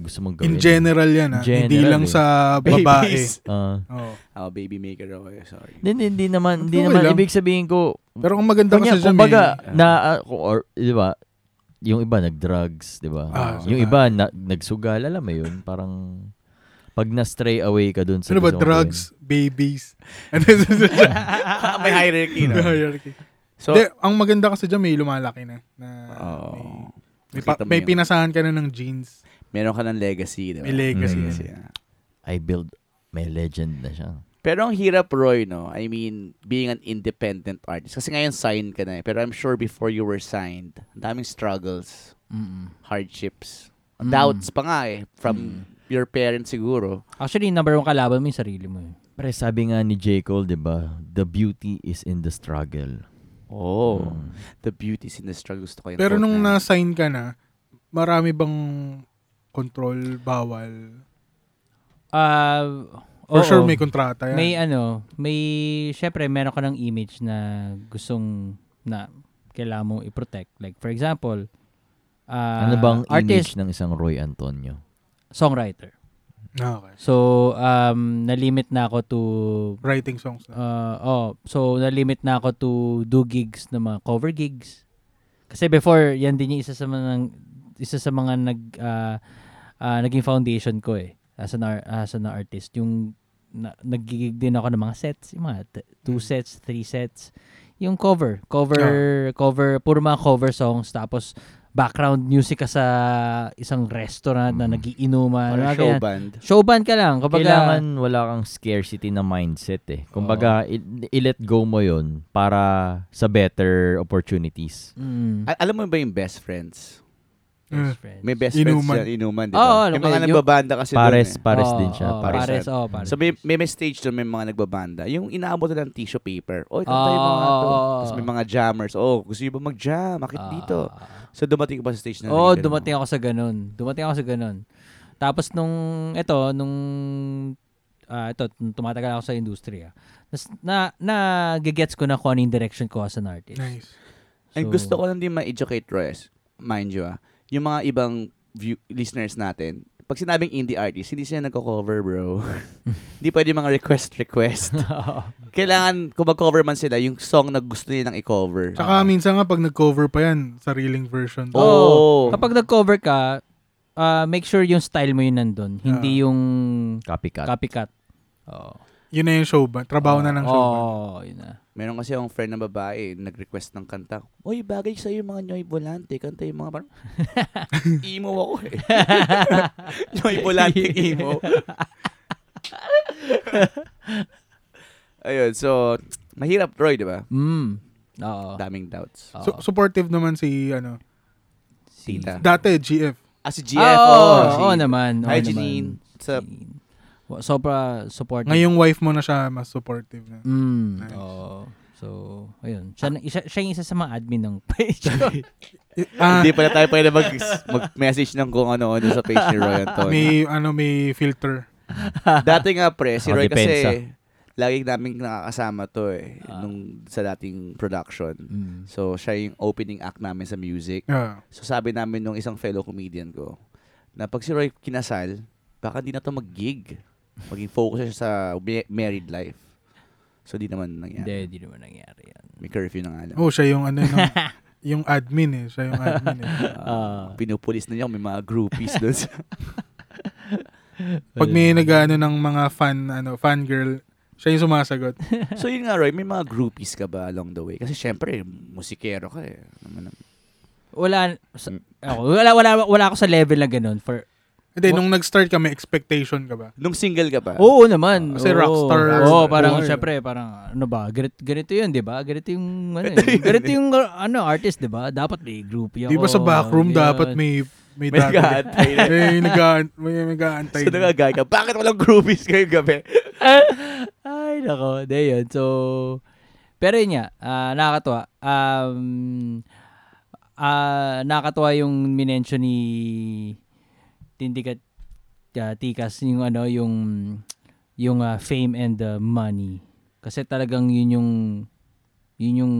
[SPEAKER 2] gusto mong
[SPEAKER 5] In
[SPEAKER 2] gawin.
[SPEAKER 5] general yan, ah.
[SPEAKER 2] General,
[SPEAKER 5] hindi lang
[SPEAKER 2] eh.
[SPEAKER 5] sa babae.
[SPEAKER 1] Babies.
[SPEAKER 2] Ah.
[SPEAKER 5] Oo.
[SPEAKER 1] Oh, baby maker ako eh. Sorry.
[SPEAKER 2] Hindi, hindi naman, hindi
[SPEAKER 5] Okay
[SPEAKER 2] naman.
[SPEAKER 5] lang.
[SPEAKER 2] Ibig sabihin ko,
[SPEAKER 5] eh, Pero ang maganda
[SPEAKER 2] kunya,
[SPEAKER 5] kasi dyan,
[SPEAKER 2] kumbaga,
[SPEAKER 1] eh.
[SPEAKER 2] na, ah, ko- or, di ba, yung iba nag-drugs, di ba?
[SPEAKER 5] Ah,
[SPEAKER 2] yung
[SPEAKER 5] sa
[SPEAKER 2] iba na, nagsugal, alam mo yun, parang pag na-stray away ka dun
[SPEAKER 5] eh,
[SPEAKER 2] sa
[SPEAKER 5] ano ba,
[SPEAKER 2] gusto mong
[SPEAKER 5] drugs, babies. Ano And then,
[SPEAKER 1] May hierarchy
[SPEAKER 5] the
[SPEAKER 1] na.
[SPEAKER 5] hierarchy.
[SPEAKER 1] So,
[SPEAKER 5] Hindi, ang maganda kasi dyan, may lumalaki na. na Ah,
[SPEAKER 1] Oo.
[SPEAKER 5] may, may, pa-
[SPEAKER 1] Nakita mo
[SPEAKER 5] may
[SPEAKER 1] yun.
[SPEAKER 5] pinasahan ka na ng jeans.
[SPEAKER 1] meron ka ng legacy, diba?
[SPEAKER 5] May legacy.
[SPEAKER 2] Mm.
[SPEAKER 5] kasi. ah.
[SPEAKER 1] yeah.
[SPEAKER 2] gawin. I build, may legend na siya.
[SPEAKER 1] Pero ang hirap, Roy, no? I mean, being an independent artist. Kasi ngayon, signed ka na eh. Pero I'm sure before you were signed, ang daming struggles,
[SPEAKER 4] Mm-mm.
[SPEAKER 1] hardships,
[SPEAKER 4] Mm.
[SPEAKER 1] doubts pa nga eh,
[SPEAKER 5] Mm.
[SPEAKER 1] from your parents siguro.
[SPEAKER 4] Actually, number one kalaban mo yung sarili mo. eh.
[SPEAKER 2] Pre, sabi nga ni J. Cole, di ba, the beauty is in the struggle.
[SPEAKER 1] Oh.
[SPEAKER 2] Mm.
[SPEAKER 1] The beauty's in the struggle. Gusto ko yung
[SPEAKER 5] Pero
[SPEAKER 1] quote
[SPEAKER 5] nung
[SPEAKER 1] na yun.
[SPEAKER 5] na-sign ka na, marami bang control, bawal?
[SPEAKER 4] Ah,
[SPEAKER 5] For
[SPEAKER 4] oo.
[SPEAKER 5] sure, may kontrata yan.
[SPEAKER 4] May ano, may syempre meron ka ng image na gustong na kailangan mong i-protect. Like for example, ah,
[SPEAKER 2] ano bang
[SPEAKER 4] artist,
[SPEAKER 2] image ng isang Roy Antonio?
[SPEAKER 4] songwriter.
[SPEAKER 5] Okay.
[SPEAKER 4] So, um nalimit na ako to
[SPEAKER 5] Writing songs
[SPEAKER 1] Ah,
[SPEAKER 5] na.
[SPEAKER 4] uh, oh, so nalimit na ako to do gigs na mga cover gigs. Kasi before, yan din yung isa sa mga isa sa mga nag ah, ah, naging foundation ko eh as an ar- as an artist. Yung na, nagigig din ako ng mga sets, yung mga t- two sets, three sets. Yung cover, cover, cover, puro mga cover songs tapos background music ka sa isang restaurant na
[SPEAKER 2] Mm.
[SPEAKER 4] nagiinuman.
[SPEAKER 1] Parang
[SPEAKER 4] mga
[SPEAKER 1] show
[SPEAKER 4] ganyan.
[SPEAKER 1] band.
[SPEAKER 4] Showband ka lang. Kumbaga,
[SPEAKER 2] Kailangan wala kang scarcity na mindset eh. Kumbaga, i- i-let go mo yon para sa better opportunities.
[SPEAKER 4] Mm.
[SPEAKER 1] Al- alam mo ba yung best friends?
[SPEAKER 5] Mm.
[SPEAKER 4] Best friends.
[SPEAKER 1] May best friends
[SPEAKER 5] Inuman.
[SPEAKER 1] yan, inuman, di ba?
[SPEAKER 4] Oo, alam
[SPEAKER 1] may
[SPEAKER 4] ko
[SPEAKER 1] mga
[SPEAKER 4] yun.
[SPEAKER 1] nagbabanda kasi
[SPEAKER 2] Pares,
[SPEAKER 1] dun eh.
[SPEAKER 2] pares
[SPEAKER 4] Oo,
[SPEAKER 2] din siya.
[SPEAKER 4] oo,
[SPEAKER 2] pares.
[SPEAKER 1] pares.
[SPEAKER 4] oo, pares.
[SPEAKER 1] So may, may, may stage doon may mga nagbabanda. Yung inaabot na ng tissue paper. Oy, kanta
[SPEAKER 4] Oo,
[SPEAKER 1] yung mga to.
[SPEAKER 4] Ah, oo, oo.
[SPEAKER 1] Tapos may mga jammers. Oh, gusto niyo ba mag-jam? Bakit
[SPEAKER 4] Ah,
[SPEAKER 1] dito?
[SPEAKER 4] ah, ah.
[SPEAKER 1] So dumating ka ba sa stage na
[SPEAKER 4] Oo, oh,
[SPEAKER 1] nakikita mo?
[SPEAKER 4] dumating ako sa ganun. Dumating ako sa ganun. Tapos nung, eto, nung, ah, eto, nung tumatagal ako sa industriya, nas, na, na, gagets ko na kung ano yung direction ko as an artist.
[SPEAKER 5] Nice.
[SPEAKER 1] And
[SPEAKER 4] So-
[SPEAKER 1] gusto ko lang din ma-educate, Royce, mind you ah, yung mga ibang view, listeners natin, pag sinabing indie artist, hindi sila nagko-cover, bro. hindi pwede mga request-request. Kailangan, kung mag-cover man sila, yung song na gusto nilang i-cover.
[SPEAKER 5] Tsaka minsan nga, pag nag-cover pa yan, sariling version.
[SPEAKER 1] Oo.
[SPEAKER 4] Oo. Kapag nag-cover ka, ah, make sure yung style mo yun nandun. Hindi yung
[SPEAKER 2] Copycat.
[SPEAKER 4] copycat. Oo.
[SPEAKER 5] Yun na yung show band. Trabaho na ng show band.
[SPEAKER 4] Oo, yun na.
[SPEAKER 1] Meron kasi akong friend na babae, nag-request ng kanta. Uy, bagay sa'yo yung mga Nyoy Volante. Kanta yung mga parang, emo ako eh. Nyoy Volante emo. Ayun, so, mahirap Roy, di ba?
[SPEAKER 4] Mm. Oo.
[SPEAKER 1] Daming doubts.
[SPEAKER 4] Oo.
[SPEAKER 5] Su- supportive naman si, ano,
[SPEAKER 4] Si-
[SPEAKER 1] Tita.
[SPEAKER 5] dati GF.
[SPEAKER 1] Ah, si GF.
[SPEAKER 4] Ah, Oo
[SPEAKER 1] oh,
[SPEAKER 4] oo,
[SPEAKER 1] si,
[SPEAKER 4] oo naman. oo
[SPEAKER 1] Hi,
[SPEAKER 4] naman.
[SPEAKER 1] Janine. Sa,
[SPEAKER 4] Janine. Wa- Sobra support.
[SPEAKER 5] Ngayong wife mo na siya, mas supportive na.
[SPEAKER 4] Mm,
[SPEAKER 5] Nice.
[SPEAKER 4] oo. So, ayun. Siya, na- isa- siya yung isa sa mga admin ng page.
[SPEAKER 5] Ah,
[SPEAKER 1] hindi pala tayo pwede mag, mag-message ng kung ano-ano sa page ni Roy Antonio.
[SPEAKER 5] may, ano, may filter.
[SPEAKER 1] Dati nga pre, si Roy kasi
[SPEAKER 2] Nakadepensa.
[SPEAKER 1] lagi namin nakakasama to eh nung sa dating production.
[SPEAKER 4] mm.
[SPEAKER 1] So siya yung opening act namin sa music.
[SPEAKER 5] Yeah.
[SPEAKER 1] So sabi namin nung isang fellow comedian ko na pag si Roy kinasal, baka hindi na to mag-gig. Maging focus siya sa ma- married life. So di naman
[SPEAKER 4] Hindi,
[SPEAKER 1] nangyari.
[SPEAKER 4] di naman nangyari yan.
[SPEAKER 1] May curfew na nga lang.
[SPEAKER 5] Oh, siya yung, ano, yung, yung admin eh. Siya yung admin eh.
[SPEAKER 1] Ah, pinupulis na niya may mga groupies doon. sa-
[SPEAKER 5] Pag may nag-ano ng mga fan, ano, fan girl, siya yung sumasagot.
[SPEAKER 1] so yun nga Roy, may mga groupies ka ba along the way? Kasi syempre, musikero ka eh. Ano man ang-
[SPEAKER 4] Wala, sa-
[SPEAKER 5] Mm.
[SPEAKER 4] ako, wala, wala, wala ako sa level na ganun. For,
[SPEAKER 5] Hindi,
[SPEAKER 4] What?
[SPEAKER 5] nung nag-start ka, may expectation ka ba?
[SPEAKER 1] Nung single ka ba?
[SPEAKER 4] oo naman.
[SPEAKER 5] Ah.
[SPEAKER 4] oo.
[SPEAKER 5] Kasi rockstar.
[SPEAKER 4] Oo, parang
[SPEAKER 5] Rockstar.
[SPEAKER 4] syempre, parang ano ba, ganito, ganito yun, di ba? Ganito yung, ano, eh, ganito yung uh, ano, artist, di ba? Dapat may group yun.
[SPEAKER 5] Di ba sa backroom
[SPEAKER 4] Yun.
[SPEAKER 5] dapat may may,
[SPEAKER 1] May
[SPEAKER 5] dati-
[SPEAKER 1] nag-aantay na.
[SPEAKER 5] may nag may nag-aantay.
[SPEAKER 1] So nagagay ka, bakit walang groupies ngayong gabi?
[SPEAKER 4] Ay, nako. De yun. So, Pero yun nga, ah, nakakatuwa. Um, ah, nakakatuwa yung minention ni Tindikat ah, Tikas, yung ano, yung yung ah, fame and the money. Kasi talagang yun yung yun yung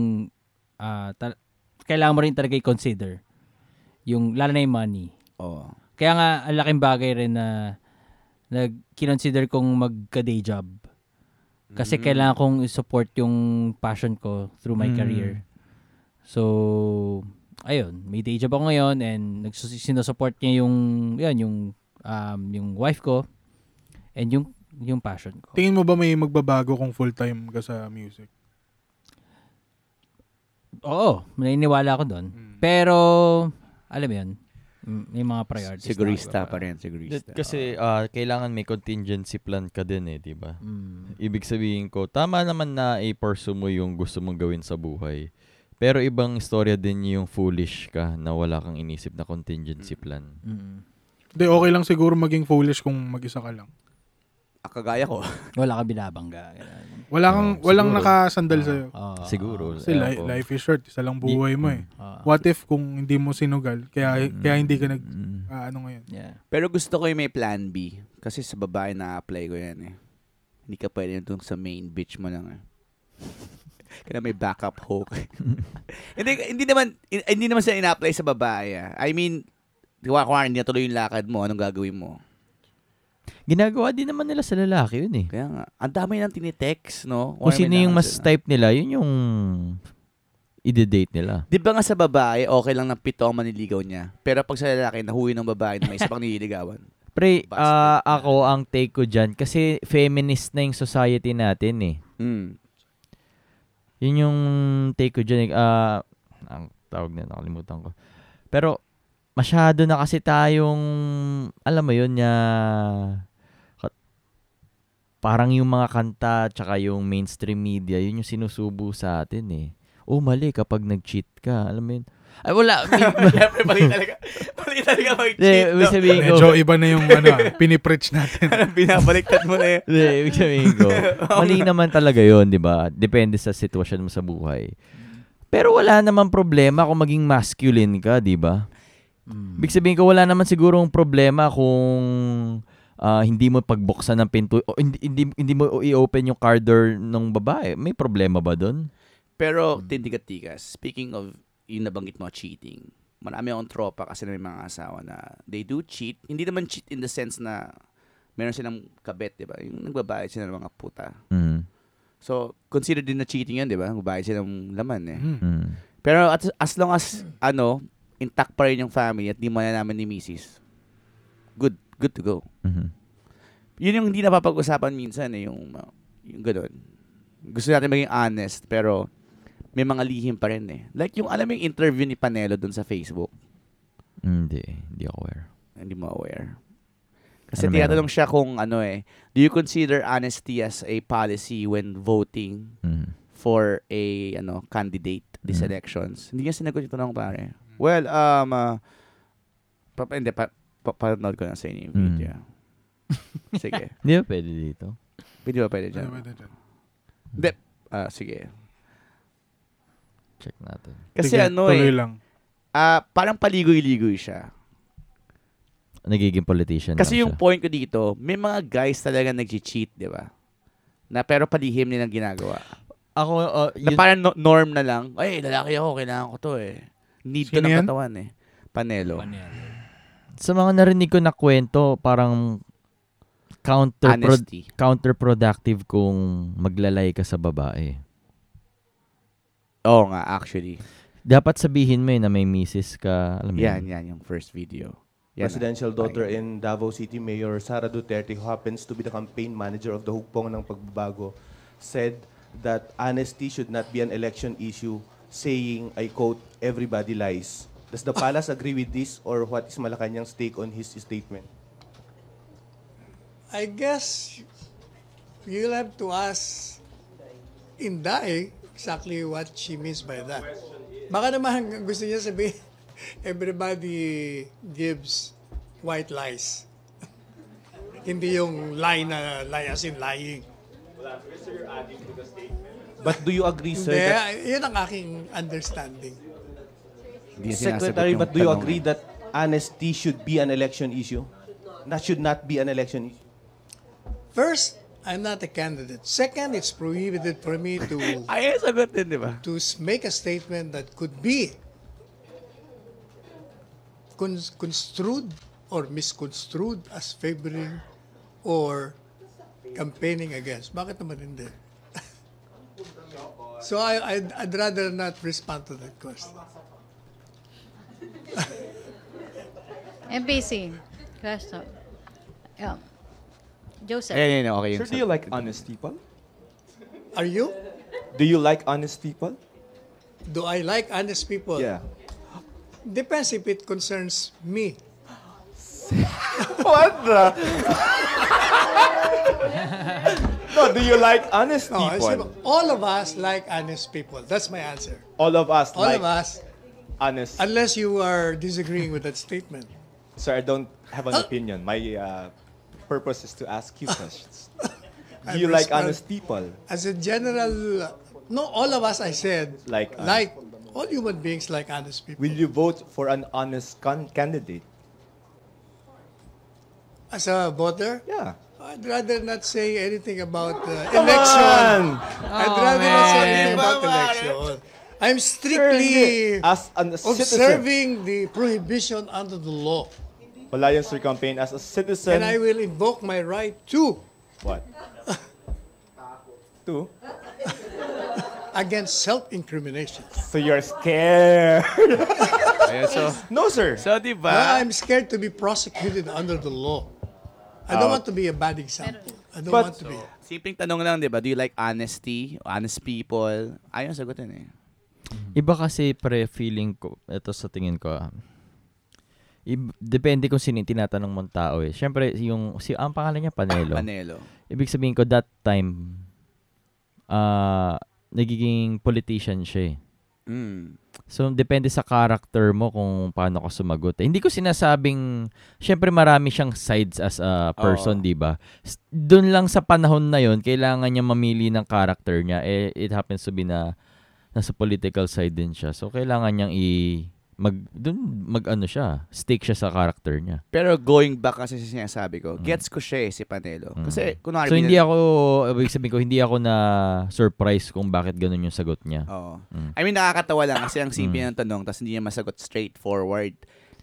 [SPEAKER 4] ah, tal- kailangan mo rin talaga i-consider. Yung, lalo na yung money.
[SPEAKER 1] Oo.
[SPEAKER 4] Kaya nga, ang laking bagay rin na nag-consider kong magka-day job. Kasi kailangan kong support yung passion ko through my
[SPEAKER 5] Mm.
[SPEAKER 4] career. So, ayun, may day job ako ngayon and nagsus- sinusupport niya yung, yun, yung, um, yung wife ko and yung, yung passion ko.
[SPEAKER 5] Tingin mo ba may magbabago kung full-time ka sa music?
[SPEAKER 4] Oo, naniniwala ako doon.
[SPEAKER 5] Mm.
[SPEAKER 4] Pero, alam mo yun, mm, may mga priorities. na
[SPEAKER 1] Sigurista
[SPEAKER 4] ako.
[SPEAKER 1] pa rin,
[SPEAKER 2] That-
[SPEAKER 1] sigurista.
[SPEAKER 2] Kasi ah, kailangan may contingency plan ka din eh, di ba?
[SPEAKER 4] Mm.
[SPEAKER 2] Ibig sabihin ko, tama naman na i-pursue mo yung gusto mong gawin sa buhay. Pero ibang istorya din yung foolish ka na wala kang inisip na contingency plan.
[SPEAKER 4] Mm.
[SPEAKER 5] Hindi, okay lang siguro maging foolish kung mag-isa ka lang.
[SPEAKER 1] Ah, kagaya ko.
[SPEAKER 4] Wala ka binabangga. ganun.
[SPEAKER 5] Wala kang,
[SPEAKER 2] Oo,
[SPEAKER 5] walang
[SPEAKER 2] siguro.
[SPEAKER 5] nakasandal
[SPEAKER 4] Ah,
[SPEAKER 5] sa'yo.
[SPEAKER 4] Oo.
[SPEAKER 2] Siguro.
[SPEAKER 5] Ah,
[SPEAKER 2] eh,
[SPEAKER 5] Kasi
[SPEAKER 2] ewan
[SPEAKER 5] li-
[SPEAKER 2] ko.
[SPEAKER 5] life is short. Isa lang buhay mo eh.
[SPEAKER 4] Oo.
[SPEAKER 5] What if kung hindi mo sinugal, kaya, kaya hindi ka nag,
[SPEAKER 2] Mm.
[SPEAKER 5] ah, ano ngayon?
[SPEAKER 4] Yeah.
[SPEAKER 1] Pero gusto ko yung may plan B. Kasi sa babae na-apply ko yan eh. Hindi ka pwede nung sa main bitch mo lang eh. Kaya may backup hook. hindi, hindi naman hindi naman sila ina-apply sa babae. ah. I mean, diwa ko hindi natuloy yung lakad mo, anong gagawin mo?
[SPEAKER 2] Ginagawa din naman nila sa lalaki yun eh.
[SPEAKER 1] Kaya nga, ang dami nang tinitext, no?
[SPEAKER 2] Kung sino yung mas
[SPEAKER 1] type.
[SPEAKER 2] type nila, yun yung ide-date nila.
[SPEAKER 1] Di ba nga sa babae, okay lang ng pito ang maniligaw niya. Pero pag sa lalaki, nahuwi ng babae na may isa pang nililigawan.
[SPEAKER 2] Pre,
[SPEAKER 1] Bastard.
[SPEAKER 2] ah, ako ang take ko dyan kasi feminist na yung society natin eh.
[SPEAKER 1] Mm.
[SPEAKER 2] Yun yung take ko dyan. eh. Ah, ang tawag na nakalimutan ko. Pero, masyado na kasi tayong, alam mo yun, niya, kat- parang yung mga kanta tsaka yung mainstream media, yun yung sinusubo sa atin eh. Oh, mali kapag nag-cheat ka. Alam mo yun? Ay, wala.
[SPEAKER 1] Siyempre, mali talaga. Mali talaga mag-cheat.
[SPEAKER 2] Eh,
[SPEAKER 1] no?
[SPEAKER 2] ibig sabihin ko.
[SPEAKER 5] Medyo iba na yung ano, ah, pinipreach natin.
[SPEAKER 1] Parang binabaliktad mo na eh.
[SPEAKER 2] Hindi, ibig sabihin ko. Mali naman talaga yon di ba? Depende sa sitwasyon mo sa buhay. Pero wala naman problema kung maging masculine ka, di ba?
[SPEAKER 4] Mm.
[SPEAKER 2] Ibig sabihin ko, wala naman sigurong problema kung ah, hindi mo pagbuksan ng pinto, o hindi, hindi, hindi mo i-open yung car door ng babae. May problema ba doon?
[SPEAKER 1] Pero, tindigat-tigas. Speaking of yung nabanggit mo, cheating. Marami akong tropa kasi na may mga asawa na they do cheat. Hindi naman cheat in the sense na meron silang kabet, di ba? Yung nagbabayad sila ng mga puta.
[SPEAKER 2] Mm.
[SPEAKER 1] So, consider din na cheating yan, di ba? Nagbabayad sila ng laman eh.
[SPEAKER 5] Hmm.
[SPEAKER 2] Mm.
[SPEAKER 1] Pero at, as long as, ano, intact pa rin yung family at di mo naman ni misis, good, good to go.
[SPEAKER 2] Mhm.
[SPEAKER 1] Yun yung hindi napapag-usapan minsan eh, yung, uh, yung ganun. Gusto natin maging honest, pero may mga lihim pa rin eh. Like yung, alam mo yung interview ni Panelo dun sa Facebook,
[SPEAKER 2] Hindi, hindi ako aware.
[SPEAKER 1] hindi mo aware. Kasi
[SPEAKER 2] Ano meron?
[SPEAKER 1] tinatanong siya kung ano eh, do you consider honesty as a policy when voting
[SPEAKER 2] Mm.
[SPEAKER 1] for a ano candidate these
[SPEAKER 2] Mm.
[SPEAKER 1] elections. Hindi niya sinagot yung tanong pare. Well, um, uh, pa, hindi, pa, pa, panood ko na sa inyo yung
[SPEAKER 2] Mm.
[SPEAKER 1] video. sige.
[SPEAKER 2] Hindi ba pwede dito?
[SPEAKER 1] Hindi ba pwede dyan?
[SPEAKER 5] Ano ba ito dyan?
[SPEAKER 1] Ah, sige.
[SPEAKER 2] Check natin.
[SPEAKER 1] Kasi
[SPEAKER 5] Sige,
[SPEAKER 1] ano
[SPEAKER 5] tuloy
[SPEAKER 1] eh,
[SPEAKER 5] lang.
[SPEAKER 1] ah, parang paligoy-ligoy siya.
[SPEAKER 2] Nagiging politician
[SPEAKER 1] Kasi
[SPEAKER 2] lang
[SPEAKER 1] yung point ko dito, may mga guys talaga nag-cheat, di ba? Na pero palihim nilang ginagawa.
[SPEAKER 2] siya. Ako, uh,
[SPEAKER 1] Na
[SPEAKER 2] yun-
[SPEAKER 1] parang no- norm na lang, ay, lalaki ako, kailangan ko to eh. Need to
[SPEAKER 5] Sino
[SPEAKER 1] ng
[SPEAKER 5] yan?
[SPEAKER 1] katawan eh. Panelo.
[SPEAKER 2] sa mga narinig ko na kwento, parang counterpro-
[SPEAKER 1] Honesty.
[SPEAKER 2] counterproductive kung maglalay ka sa babae.
[SPEAKER 1] Oo nga, actually.
[SPEAKER 2] Dapat sabihin mo eh na may misis ka. Alam mo
[SPEAKER 1] Yan,
[SPEAKER 2] yun.
[SPEAKER 1] yan yung first video. Yan
[SPEAKER 6] Presidential
[SPEAKER 1] na.
[SPEAKER 6] daughter in Davao City Mayor Sara Duterte, who happens to be the campaign manager of the Hugpong ng Pagbabago, said that honesty should not be an election issue, saying, I quote, everybody lies. Does the palace agree with this or what is Malacanang's take on his statement?
[SPEAKER 7] I guess you'll have to ask Inday exactly what she means by that. Baka naman gusto niya sabihin, everybody gives white lies. Hindi yung lie na lie as in lying.
[SPEAKER 6] But do you agree, sir,
[SPEAKER 7] Hindi,
[SPEAKER 6] that
[SPEAKER 7] yun ang aking understanding.
[SPEAKER 1] Hindi niya sinasagot
[SPEAKER 6] Secretary,
[SPEAKER 1] yung
[SPEAKER 6] but do you
[SPEAKER 1] tanong
[SPEAKER 6] agree
[SPEAKER 1] eh.
[SPEAKER 6] that honesty should be an election issue? That should not be an election issue.
[SPEAKER 7] First, I'm not a candidate. Second, it's prohibited for me to
[SPEAKER 1] Ay, sagot din, di ba?
[SPEAKER 7] to make a statement that could be cons- construed or misconstrued as favoring or campaigning against. Bakit naman hindi? so I, I'd, I'd rather not respond to that question.
[SPEAKER 8] MBC. Crash talk. Yeah. Joseph.
[SPEAKER 1] Ayan, ayan, okay. yun.
[SPEAKER 9] Sir, do you like honest people?
[SPEAKER 7] Are you?
[SPEAKER 9] Do you like honest people?
[SPEAKER 7] Do I like honest people?
[SPEAKER 9] Yeah.
[SPEAKER 7] Depends if it concerns me.
[SPEAKER 9] What the? no, do you like honest
[SPEAKER 7] No, Oh, I say,
[SPEAKER 9] people?
[SPEAKER 7] all of us like honest people. That's my answer.
[SPEAKER 9] All of us
[SPEAKER 7] All
[SPEAKER 9] like
[SPEAKER 7] of us,
[SPEAKER 9] honest.
[SPEAKER 7] unless you are disagreeing with that statement.
[SPEAKER 9] Sir, I don't have an
[SPEAKER 7] Huh?
[SPEAKER 9] opinion. My uh, purpose is to ask you questions.
[SPEAKER 7] I'm
[SPEAKER 9] do you like
[SPEAKER 7] respond-
[SPEAKER 9] honest people?
[SPEAKER 7] As a general, no, all of us, I said,
[SPEAKER 9] Like honest
[SPEAKER 7] like all human beings like honest people.
[SPEAKER 9] Will you vote for an honest con- candidate?
[SPEAKER 7] As a voter,
[SPEAKER 9] Yeah.
[SPEAKER 7] I'd rather not say anything about uh, election. I'd rather not say anything about election. I'm strictly
[SPEAKER 9] As an citizen.
[SPEAKER 7] observing the prohibition under the law.
[SPEAKER 9] Wala yan, Sir Campaign. As a citizen.
[SPEAKER 7] And I will invoke my right to
[SPEAKER 9] What? Two.
[SPEAKER 7] against self-incrimination.
[SPEAKER 9] So you're scared.
[SPEAKER 1] Ayan, so,
[SPEAKER 9] no, sir.
[SPEAKER 1] so di
[SPEAKER 7] Well,
[SPEAKER 1] ba?
[SPEAKER 7] I'm scared to be prosecuted under the law. I don't want to be a bad example. I don't
[SPEAKER 9] Uh, But-
[SPEAKER 7] want to be.
[SPEAKER 1] Simpleng tanong lang, di ba? Do you like honesty? Honest people? Ayun, sagutin eh.
[SPEAKER 2] Iba kasi pre feeling ko, ito sa tingin ko. ah. Ib- depende kung sino yung tinatanong mong tao eh. Syempre yung si ang pangalan niya Panelo.
[SPEAKER 1] Panelo.
[SPEAKER 2] Ibig sabihin ko that time ah nagiging politician siya eh.
[SPEAKER 1] Mm.
[SPEAKER 2] So, depende sa character mo kung paano ka sumagot. Eh, hindi ko sinasabing, syempre marami siyang sides as a person,
[SPEAKER 1] Oo.
[SPEAKER 2] di ba? S- Doon lang sa panahon na yon kailangan niya mamili ng character niya. Eh, it happens to be na nasa political side din siya. So, kailangan niyang i... Mag, dun, mag ano siya, stick siya sa character niya.
[SPEAKER 1] Pero going back kasi sa sinasabi ko, gets ko siya eh, si Panelo.
[SPEAKER 2] Mm.
[SPEAKER 1] Kasi, kunwari...
[SPEAKER 2] So, hindi
[SPEAKER 1] binan-
[SPEAKER 2] ako, ibig sabihin ko, hindi ako na surprise kung bakit ganun yung sagot niya.
[SPEAKER 1] Oo.
[SPEAKER 2] Mm.
[SPEAKER 1] I mean, nakakatawa lang kasi ang simple ng tanong tapos hindi niya masagot straightforward.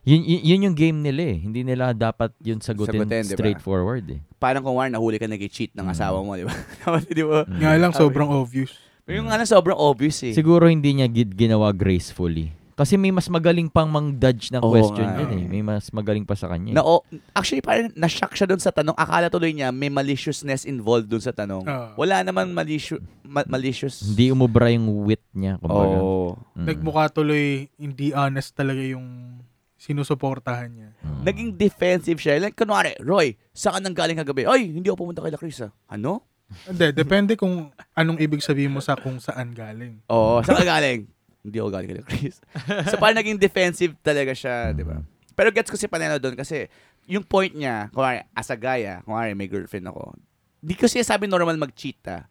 [SPEAKER 2] Yun, yun, yun yung game nila eh. Hindi nila dapat yun sagutin,
[SPEAKER 1] Sagutin, di ba?
[SPEAKER 2] straightforward eh.
[SPEAKER 1] Parang kung war, nahuli ka nag-cheat ng asawa mo, di ba? Dapat, di ba?
[SPEAKER 5] Nga lang, sobrang obvious.
[SPEAKER 1] Pero yung ano, sobrang obvious eh.
[SPEAKER 2] Siguro hindi niya gid ginawa gracefully. Kasi may mas magaling pang mang-judge ng
[SPEAKER 1] Oo
[SPEAKER 2] question
[SPEAKER 1] nga,
[SPEAKER 2] yun eh.
[SPEAKER 1] eh.
[SPEAKER 2] May mas magaling pa sa kanya. eh.
[SPEAKER 1] Na, o- actually, parang na-shock siya dun sa tanong. Akala tuloy niya may maliciousness involved dun sa tanong.
[SPEAKER 5] Ah.
[SPEAKER 1] Wala naman malicio- ma- malicious.
[SPEAKER 2] Hindi umubra yung wit niya. Kumbaga.
[SPEAKER 1] Oo.
[SPEAKER 2] Mm.
[SPEAKER 5] Nagmukha tuloy, hindi honest talaga yung sinusuportahan niya.
[SPEAKER 2] Mm.
[SPEAKER 1] Naging defensive siya. Like, kunwari, Roy, saan ka nang galing kagabi? Ay, hindi ako pumunta kay Lacris ah. Ano?
[SPEAKER 5] Hindi, depende kung anong ibig sabihin mo sa kung saan galing.
[SPEAKER 1] Oo, saan ka galing? Hindi ako galing kay Lacris. so, parang naging defensive talaga siya, di ba? Pero gets ko si Panelo doon kasi yung point niya, kunwari, as a guy ah, kunwari, may girlfriend ako. Hindi ko siya sabi normal mag-cheat ah.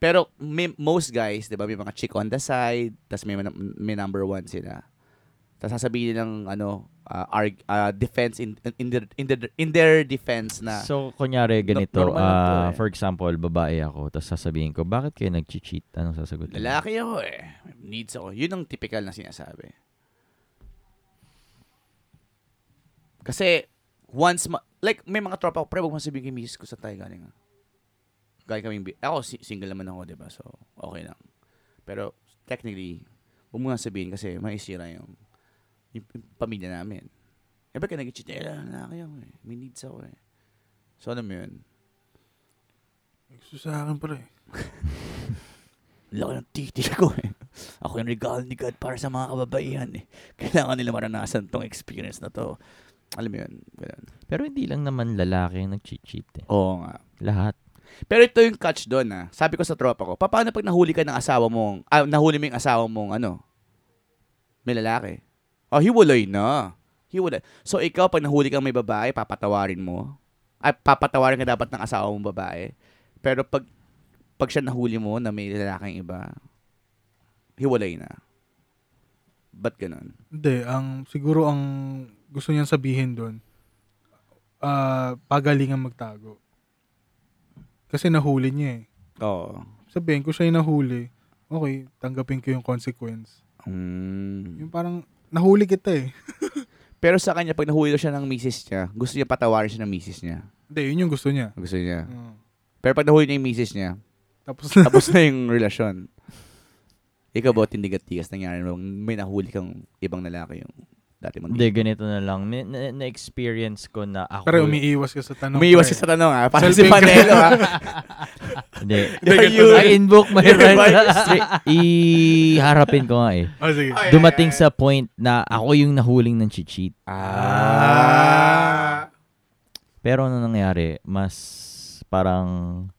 [SPEAKER 1] Pero may, most guys, di ba, may mga chick on the side, tas may, may number one sila. Tapos sasabihin nilang, ano, ah, arg- ah, defense in, in, their, in, their, in their defense na,
[SPEAKER 2] So, kunyari ganito,
[SPEAKER 1] No- normal lang to
[SPEAKER 2] ah,
[SPEAKER 1] eh.
[SPEAKER 2] for example, babae ako, tapos sasabihin ko, bakit kayo nag-cheat? Anong sasagot? niya?
[SPEAKER 1] lalaki ako eh, needs ako. Yun ang typical na sinasabi. Kasi, once, ma- like, may mga tropa ko, pre, huwag mo sabihin kay misis ko sa tayo galing. ah." Galing kaming, bi- ako, si- single naman ako, di ba? So, okay lang. Pero, technically, huwag mo nga sabihin kasi maisira yung, yung, yung pamilya namin. Eh, ba't ka nag-cheat? Eh, lalaki ako eh. May needs ako eh. So, alam mo yun.
[SPEAKER 5] Gusto sa akin pre.
[SPEAKER 1] laki ng titi ko eh. Ako yung regalo ni God para sa mga kababaihan eh. Kailangan nila maranasan tong experience na to. Alam mo yun, ganun.
[SPEAKER 2] Pero hindi lang naman lalaki ang nag-cheat eh.
[SPEAKER 1] Oo nga.
[SPEAKER 2] Lahat.
[SPEAKER 1] Pero ito yung catch doon ah. Sabi ko sa tropa ko, paano pag nahuli ka ng asawa mong, ah, nahuli mo yung asawa mong ano, may lalaki. Oh, hiwalay na. Hiwalay. So ikaw, pag nahuli kang may babae, papatawarin mo. Ay, papatawarin ka dapat ng asawa mong babae. Pero pag pag siya nahuli mo na may lalaking iba, hiwalay na. Ba't ganun?
[SPEAKER 5] Hindi, ang siguro ang gusto niyang sabihin doon, ah pagalingan magtago. Kasi nahuli niya eh.
[SPEAKER 1] Oo.
[SPEAKER 5] Sabihin ko siya yung nahuli, okay, tanggapin ko yung consequence.
[SPEAKER 1] Mm.
[SPEAKER 5] Yung parang, nahuli kita eh.
[SPEAKER 1] Pero sa kanya, pag nahuli daw siya ng misis niya, gusto niya patawarin siya ng misis niya.
[SPEAKER 5] Hindi, yun yung gusto niya.
[SPEAKER 1] Gusto niya.
[SPEAKER 5] Mm.
[SPEAKER 1] Pero pag nahuli niya yung misis niya,
[SPEAKER 5] Tapos,
[SPEAKER 1] tapos na yung relasyon. Ikaw ba tindig at tigas nangyari nung may nahuli kang ibang lalaki yung dati mong
[SPEAKER 2] Hindi, ganito na lang. Na- na- Na-experience ko na ako.
[SPEAKER 5] pero umiiwas ka sa tanong.
[SPEAKER 1] Umiiwas ka
[SPEAKER 5] ko, eh.
[SPEAKER 1] sa tanong ha. Parang si
[SPEAKER 5] Selfie ka.
[SPEAKER 1] Panelo ah. ha.
[SPEAKER 2] Hindi.
[SPEAKER 1] You're
[SPEAKER 4] I
[SPEAKER 1] you.
[SPEAKER 4] invoke my right.
[SPEAKER 2] Stre- Iharapin ko nga eh.
[SPEAKER 5] Oh, sige.
[SPEAKER 2] Dumating sa point na ako yung nahuling ng cheat.
[SPEAKER 1] Ah.
[SPEAKER 2] Pero ano nangyari, mas parang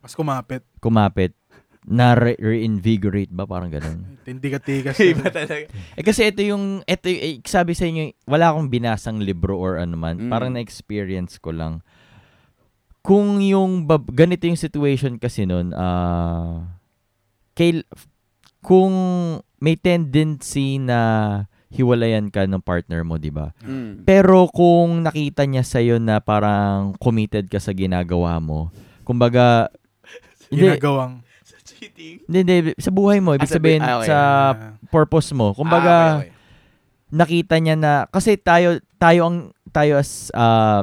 [SPEAKER 5] Mas kumapit.
[SPEAKER 2] kumapit na re- reinvigorate ba parang ganun.
[SPEAKER 5] Tindi ka tigas.
[SPEAKER 1] Iba talaga.
[SPEAKER 2] Eh kasi ito yung ito y- eh, sabi sa inyo, wala akong binasang libro or ano man.
[SPEAKER 1] Mm.
[SPEAKER 2] Parang na-experience ko lang. Kung yung bab- ganito yung situation kasi noon, ah kail- kung may tendency na hiwalayan ka ng partner mo, 'di ba?
[SPEAKER 1] Mm.
[SPEAKER 2] Pero kung nakita niya sa na parang committed ka sa ginagawa mo, kumbaga hindi,
[SPEAKER 5] Ginagawang.
[SPEAKER 1] Sa cheating.
[SPEAKER 2] hindi, hindi, sa buhay mo,
[SPEAKER 1] Ah,
[SPEAKER 2] ibig
[SPEAKER 1] sa bu-
[SPEAKER 2] sabihin
[SPEAKER 1] ah, okay.
[SPEAKER 2] sa
[SPEAKER 5] Ah.
[SPEAKER 2] purpose mo. Kumbaga,
[SPEAKER 1] Ah, okay, okay.
[SPEAKER 2] nakita niya na kasi tayo tayo ang tayo as ah,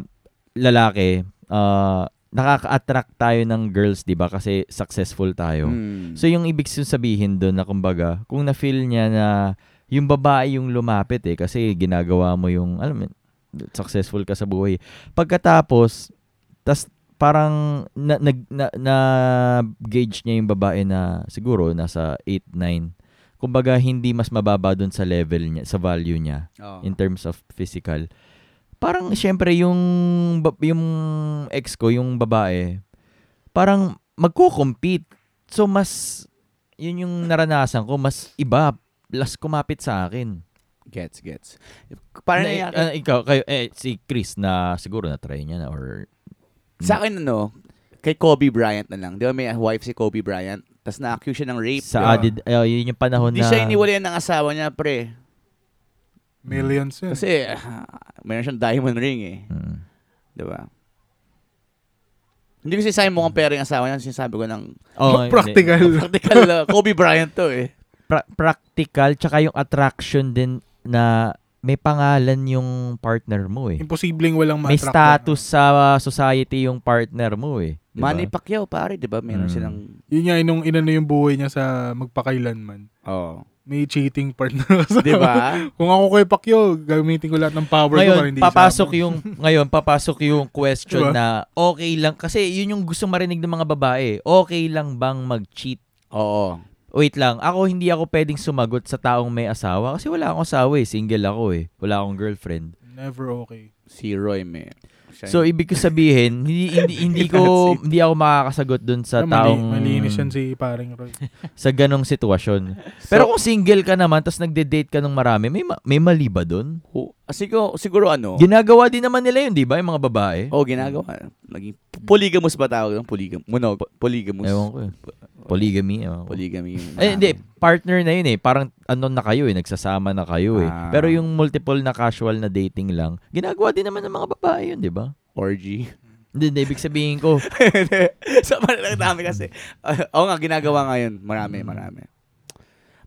[SPEAKER 2] lalaki ah, nakaka-attract tayo ng girls 'di ba kasi successful tayo.
[SPEAKER 1] Mm.
[SPEAKER 2] So yung ibig siyang sabihin doon na kumbaga kung na-feel niya na yung babae yung lumapit eh kasi ginagawa mo yung alam mo successful ka sa buhay. Pagkatapos tas parang na, nag- na, na, gauge niya yung babae na siguro nasa 8 9. Kumbaga hindi mas mababa doon sa level niya, sa value niya
[SPEAKER 1] Oo.
[SPEAKER 2] in terms of physical. Parang syempre yung ba- yung ex ko, yung babae, parang magko-compete. So mas yun yung naranasan ko, mas iba, less kumapit sa akin.
[SPEAKER 1] Gets, gets. Parang
[SPEAKER 2] na,
[SPEAKER 1] nangyari-
[SPEAKER 2] ah, ikaw, kayo, eh, si Chris na siguro na-try niya na or
[SPEAKER 1] Sa akin ano, kay Kobe Bryant na lang. Di ba may wife si Kobe Bryant? Tapos na-accuse siya ng rape.
[SPEAKER 2] sa
[SPEAKER 5] yeah.
[SPEAKER 2] added, eh, yun yung panahon
[SPEAKER 1] Hindi
[SPEAKER 2] na...
[SPEAKER 1] siya iniwalayan ng asawa niya, pre.
[SPEAKER 5] Millions yun.
[SPEAKER 1] Kasi ah, mayroon siyang diamond ring eh.
[SPEAKER 2] Mm.
[SPEAKER 1] Di ba? Hindi ko sinasabi mo compare yung asawa niya. Sinasabi ko ng
[SPEAKER 2] Oo,
[SPEAKER 5] Oh,
[SPEAKER 2] hindi.
[SPEAKER 5] practical.
[SPEAKER 1] practical ah, Kobe Bryant to eh.
[SPEAKER 2] Pra- practical, tsaka yung attraction din na may pangalan yung partner mo eh.
[SPEAKER 5] Imposibleng walang
[SPEAKER 2] May
[SPEAKER 5] ma-attract.
[SPEAKER 2] status sa society yung partner mo eh. Diba?
[SPEAKER 1] Manny Pacquiao, pare. Di ba? Meron
[SPEAKER 2] Mm.
[SPEAKER 1] silang...
[SPEAKER 5] Yun nga, inong inano yung buhay niya sa magpakailanman.
[SPEAKER 1] Oo.
[SPEAKER 5] May cheating partner. kasama.
[SPEAKER 1] Di ba?
[SPEAKER 5] Kung ako kay Pacquiao, gamitin ko lahat ng power ko para
[SPEAKER 2] Ngayon,
[SPEAKER 5] hindi
[SPEAKER 2] papasok
[SPEAKER 5] siya-
[SPEAKER 2] yung ngayon papasok yung
[SPEAKER 5] Diba?
[SPEAKER 2] question na okay lang kasi yun yung gusto marinig ng mga babae. Okay lang bang mag-cheat?
[SPEAKER 1] Oo.
[SPEAKER 2] Wait lang, ako hindi ako pwedeng sumagot sa taong may asawa kasi wala akong asawa eh, single ako eh. Wala akong girlfriend.
[SPEAKER 5] Never okay.
[SPEAKER 1] Si Roy, man. Siya
[SPEAKER 2] So
[SPEAKER 1] yung-
[SPEAKER 2] ibig ko sabihin, hindi hindi, hindi ko hindi ako makakasagot dun
[SPEAKER 5] Kaya Ah,
[SPEAKER 2] sa
[SPEAKER 5] mali-
[SPEAKER 2] taong
[SPEAKER 5] malinis yan si paring Roy.
[SPEAKER 2] sa ganong sitwasyon. Pero kung single ka naman tapos nagde-date ka ng marami, may ma- may mali ba dun?
[SPEAKER 1] Hu- ah, siguro, siguro ano?
[SPEAKER 2] Oh. Ginagawa din naman nila yun, di ba? Yung mga babae.
[SPEAKER 1] Oo, ginagawa. Naging polygamous ba tawag doon? Polygam. Munog. Polygamous.
[SPEAKER 2] Ewan ko eh. Polygamy. Ewan ko.
[SPEAKER 1] Polygamy. yung-
[SPEAKER 2] Eh, hindi. Partner na yun eh. Parang ano na kayo eh. Nagsasama na kayo eh.
[SPEAKER 1] Ah.
[SPEAKER 2] Pero yung multiple na casual na dating lang, ginagawa din naman ng mga babae yun, di ba?
[SPEAKER 1] Orgy.
[SPEAKER 2] Hindi, hindi. Ibig sabihin ko,
[SPEAKER 1] Sa Manila dami kasi. Ah, Oo nga, ginagawa ngayon. Marami, marami.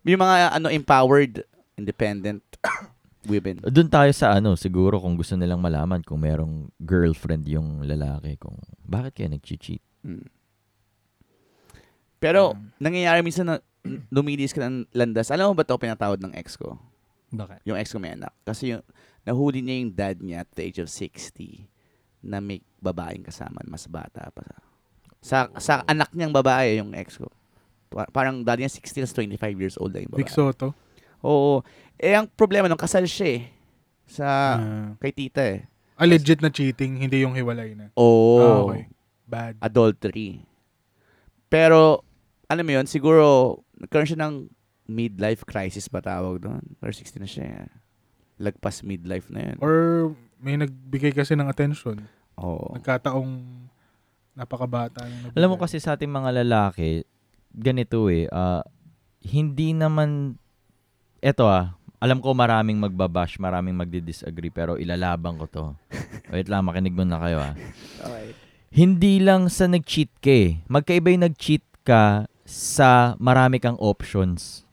[SPEAKER 1] Yung mga ano empowered, independent women.
[SPEAKER 2] doon tayo sa ano, siguro kung gusto nilang malaman kung merong girlfriend yung lalaki, kung bakit kaya nag-cheat.
[SPEAKER 1] Mm. Pero, nangyayari minsan na lumilis ka ng landas. Alam mo ba ito pinatawad ng ex ko?
[SPEAKER 4] Bakit?
[SPEAKER 1] Yung ex ko may anak. Kasi yung, nahuli niya yung dad niya at the age of 60 na may babaeng kasama mas bata pa. Sa, sa anak niyang babae, yung ex ko. Pa- Parang dad niya 60 tas 25 years old na yung babae.
[SPEAKER 5] Big Soto.
[SPEAKER 1] Oo. Eh, ang problema nung kasal siya eh. Sa,
[SPEAKER 5] Ah.
[SPEAKER 1] kay tita eh.
[SPEAKER 5] Ah, legit na cheating, hindi yung hiwalay na.
[SPEAKER 2] Oh.
[SPEAKER 1] Oo.
[SPEAKER 5] Ah, okay. Bad.
[SPEAKER 1] Adultery. Pero, alam mo yun, siguro, nagkaroon siya ng midlife crisis ba tawag doon? Or 60 na siya eh. Lagpas midlife na yun.
[SPEAKER 5] Or may nagbigay kasi ng attention.
[SPEAKER 1] Oo.
[SPEAKER 2] Oh.
[SPEAKER 5] Nagkataong napakabata. Yung
[SPEAKER 2] Alam mo kasi sa ating mga lalaki, ganito eh, ah, hindi naman, eto ah, alam ko maraming magbabash, maraming magdi-disagree, pero ilalabang ko to. Wait lang, makinig muna kayo ah.
[SPEAKER 1] Okay.
[SPEAKER 2] Hindi lang sa nag-cheat ka eh. Magkaiba yung nag-cheat ka sa marami kang options.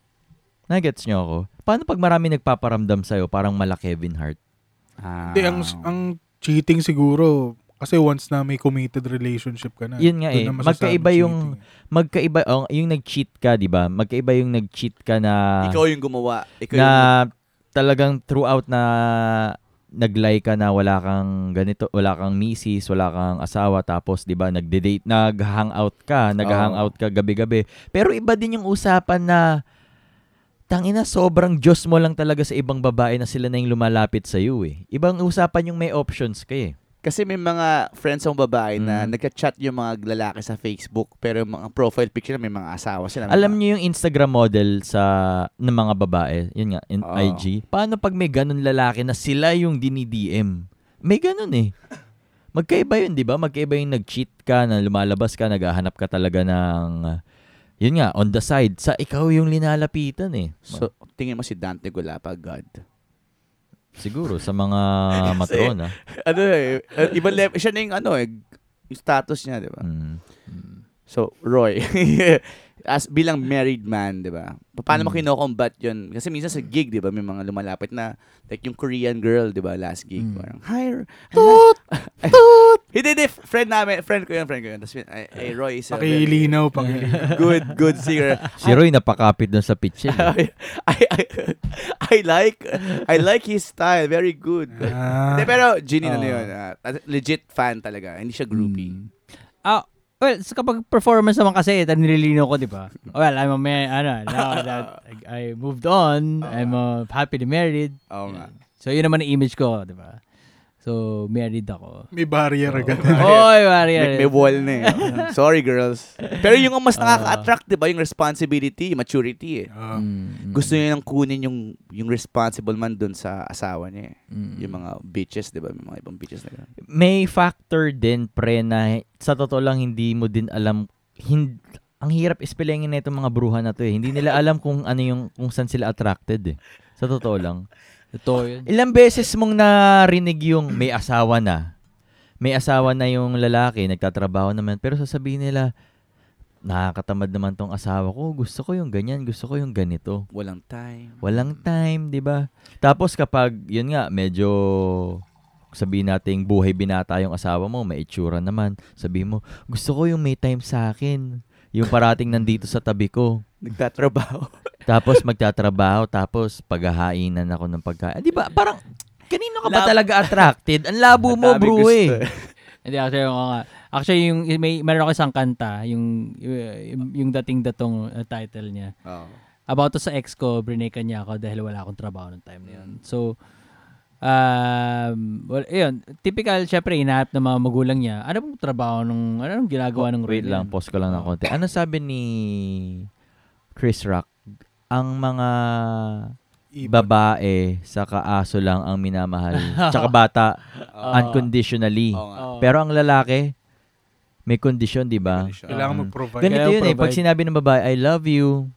[SPEAKER 2] Nagets nyo ako? Paano pag marami nagpaparamdam sa'yo, parang mala Kevin Hart?
[SPEAKER 1] Ah.
[SPEAKER 5] Hindi, ang, ang cheating siguro, kasi once na may committed relationship ka na.
[SPEAKER 2] Yun nga
[SPEAKER 5] Ah, doon
[SPEAKER 2] eh,
[SPEAKER 5] na masasabing
[SPEAKER 2] magkaiba yung-
[SPEAKER 5] cheating eh.
[SPEAKER 2] Magkaiba, oh, yung nag-cheat ka, di ba? Magkaiba yung nag-cheat ka na...
[SPEAKER 1] ikaw yung gumawa. Ikaw
[SPEAKER 2] na
[SPEAKER 1] yung,
[SPEAKER 2] talagang throughout na nag-lie ka na wala kang ganito, wala kang misis, wala kang asawa, tapos 'di ba nagde-date, nag-hangout ka, nag-hangout ka gabi-gabi. Pero iba din yung usapan na tangina sobrang Diyos mo lang talaga sa ibang babae na sila na yung lumalapit sa iyo eh. Ibang usapan yung may options ka eh.
[SPEAKER 1] kasi may mga friends ng babae na
[SPEAKER 2] Mm.
[SPEAKER 1] nagka-chat yung mga lalaki sa Facebook pero yung mga profile picture may mga asawa sila.
[SPEAKER 2] Alam niyo yung Instagram model sa ng mga babae, yun nga, in
[SPEAKER 1] Oo.
[SPEAKER 2] IG. Paano pag may ganun lalaki na sila yung dini-DM? May ganun eh. Magkaiba yun, di ba? Magkaiba yung nag-cheat ka, na lumalabas ka, naghahanap ka talaga ng, uh, yun nga, on the side. Sa ikaw yung linalapitan eh.
[SPEAKER 1] So, tingin mo si Dante Gulapa, God.
[SPEAKER 2] Siguro, sa mga matrona.
[SPEAKER 1] ano eh, uh, ibang level. Siya na yung ano eh, yung status niya, di ba?
[SPEAKER 2] Mm.
[SPEAKER 1] So, Roy, as bilang married man, di ba? Paano mo kinocombat yun? Kasi minsan sa gig, di ba, may mga lumalapit na, like yung Korean girl, di ba, last gig.
[SPEAKER 4] Mm.
[SPEAKER 1] Parang, hi, Toot! Toot! Hindi, hindi, friend namin, friend ko yun, friend ko yun. Tapos, ay, ay, Roy is a very
[SPEAKER 5] Pakilinaw, pakilinaw.
[SPEAKER 1] good, good singer.
[SPEAKER 2] Si Roy napakapit dun sa pitch. eh.
[SPEAKER 1] I, I, I like, I like his style, very good.
[SPEAKER 5] Ah.
[SPEAKER 1] Hindi, pero Ginny na
[SPEAKER 4] Ah.
[SPEAKER 1] yun. ah, legit fan talaga. Hindi siya groupie.
[SPEAKER 4] Mm. Ah, well, so kapag performance naman kasi, ito nililino ko, di ba? Well, I'm a man, ano, now that I, I moved on, I'm uh, happily married.
[SPEAKER 1] Oo nga.
[SPEAKER 4] So, yun naman ang image ko, di ba? So, married ako.
[SPEAKER 5] May barrier agad.
[SPEAKER 4] Oy,
[SPEAKER 1] Like,
[SPEAKER 4] warrior.
[SPEAKER 1] may wall na eh. Sorry, girls. Pero yung ang mas nakaka-attract, di ba? Yung responsibility, maturity eh.
[SPEAKER 5] Ah.
[SPEAKER 1] Gusto niya nang kunin yung, yung responsible man dun sa asawa niya eh.
[SPEAKER 4] Mm.
[SPEAKER 1] Yung mga bitches, di ba? May mga ibang bitches na gano'n.
[SPEAKER 2] may factor din pre na sa totoo lang hindi mo din alam hin- ang hirap ispelingin na itong mga bruha na to eh. Hindi nila alam kung ano yung kung saan sila attracted eh. Sa totoo lang.
[SPEAKER 4] Ito yun.
[SPEAKER 2] Ilang beses mong narinig yung may asawa na. May asawa na yung lalaki, nagtatrabaho naman. Pero sasabihin nila, nakakatamad naman tong asawa ko. Gusto ko yung ganyan, gusto ko yung ganito.
[SPEAKER 1] Walang time.
[SPEAKER 2] Walang time, 'di ba? Tapos kapag 'yun nga, medyo sabihin nating buhay binata yung asawa mo, may itsura naman. Sabi mo, gusto ko yung may time sa akin. Yung parating nandito sa tabi ko.
[SPEAKER 1] Nagtatrabaho.
[SPEAKER 2] Tapos magtatrabaho, tapos paghahainan ako ng pagkain. 'Di ba? Parang kanino ka ba
[SPEAKER 1] Lab-
[SPEAKER 2] talaga attracted? Ang labo mo,
[SPEAKER 1] Dami
[SPEAKER 2] bro
[SPEAKER 1] gusto
[SPEAKER 2] eh.
[SPEAKER 4] Hindi, actually, oo nga. Actually, yung, may, meron ako isang kanta, yung, yung, yung dating datong uh, title niya.
[SPEAKER 1] Oo.
[SPEAKER 4] about to sa ex ko, brinekan niya ako dahil wala akong trabaho noong time na
[SPEAKER 2] Mm.
[SPEAKER 4] yun. So, um, well, yun, typical, syempre, inahanap ng mga magulang niya, ano pong trabaho nung, ano nung ginagawa nung
[SPEAKER 2] Oh, Wait lang, pause ko lang ng konti. Ano sabi ni Chris Rock? Ang mga
[SPEAKER 5] Iba.
[SPEAKER 2] babae sa kaaso lang ang minamahal. Tsaka bata, unconditionally.
[SPEAKER 1] Oo nga.
[SPEAKER 4] Oo.
[SPEAKER 2] Pero ang lalaki, may condition, di ba?
[SPEAKER 1] Condition.
[SPEAKER 5] Kailangan
[SPEAKER 2] Um,
[SPEAKER 5] mag-provide.
[SPEAKER 2] Ganito
[SPEAKER 4] Kaya
[SPEAKER 2] yun eh. Pag
[SPEAKER 4] provide.
[SPEAKER 2] sinabi ng babae, I love you,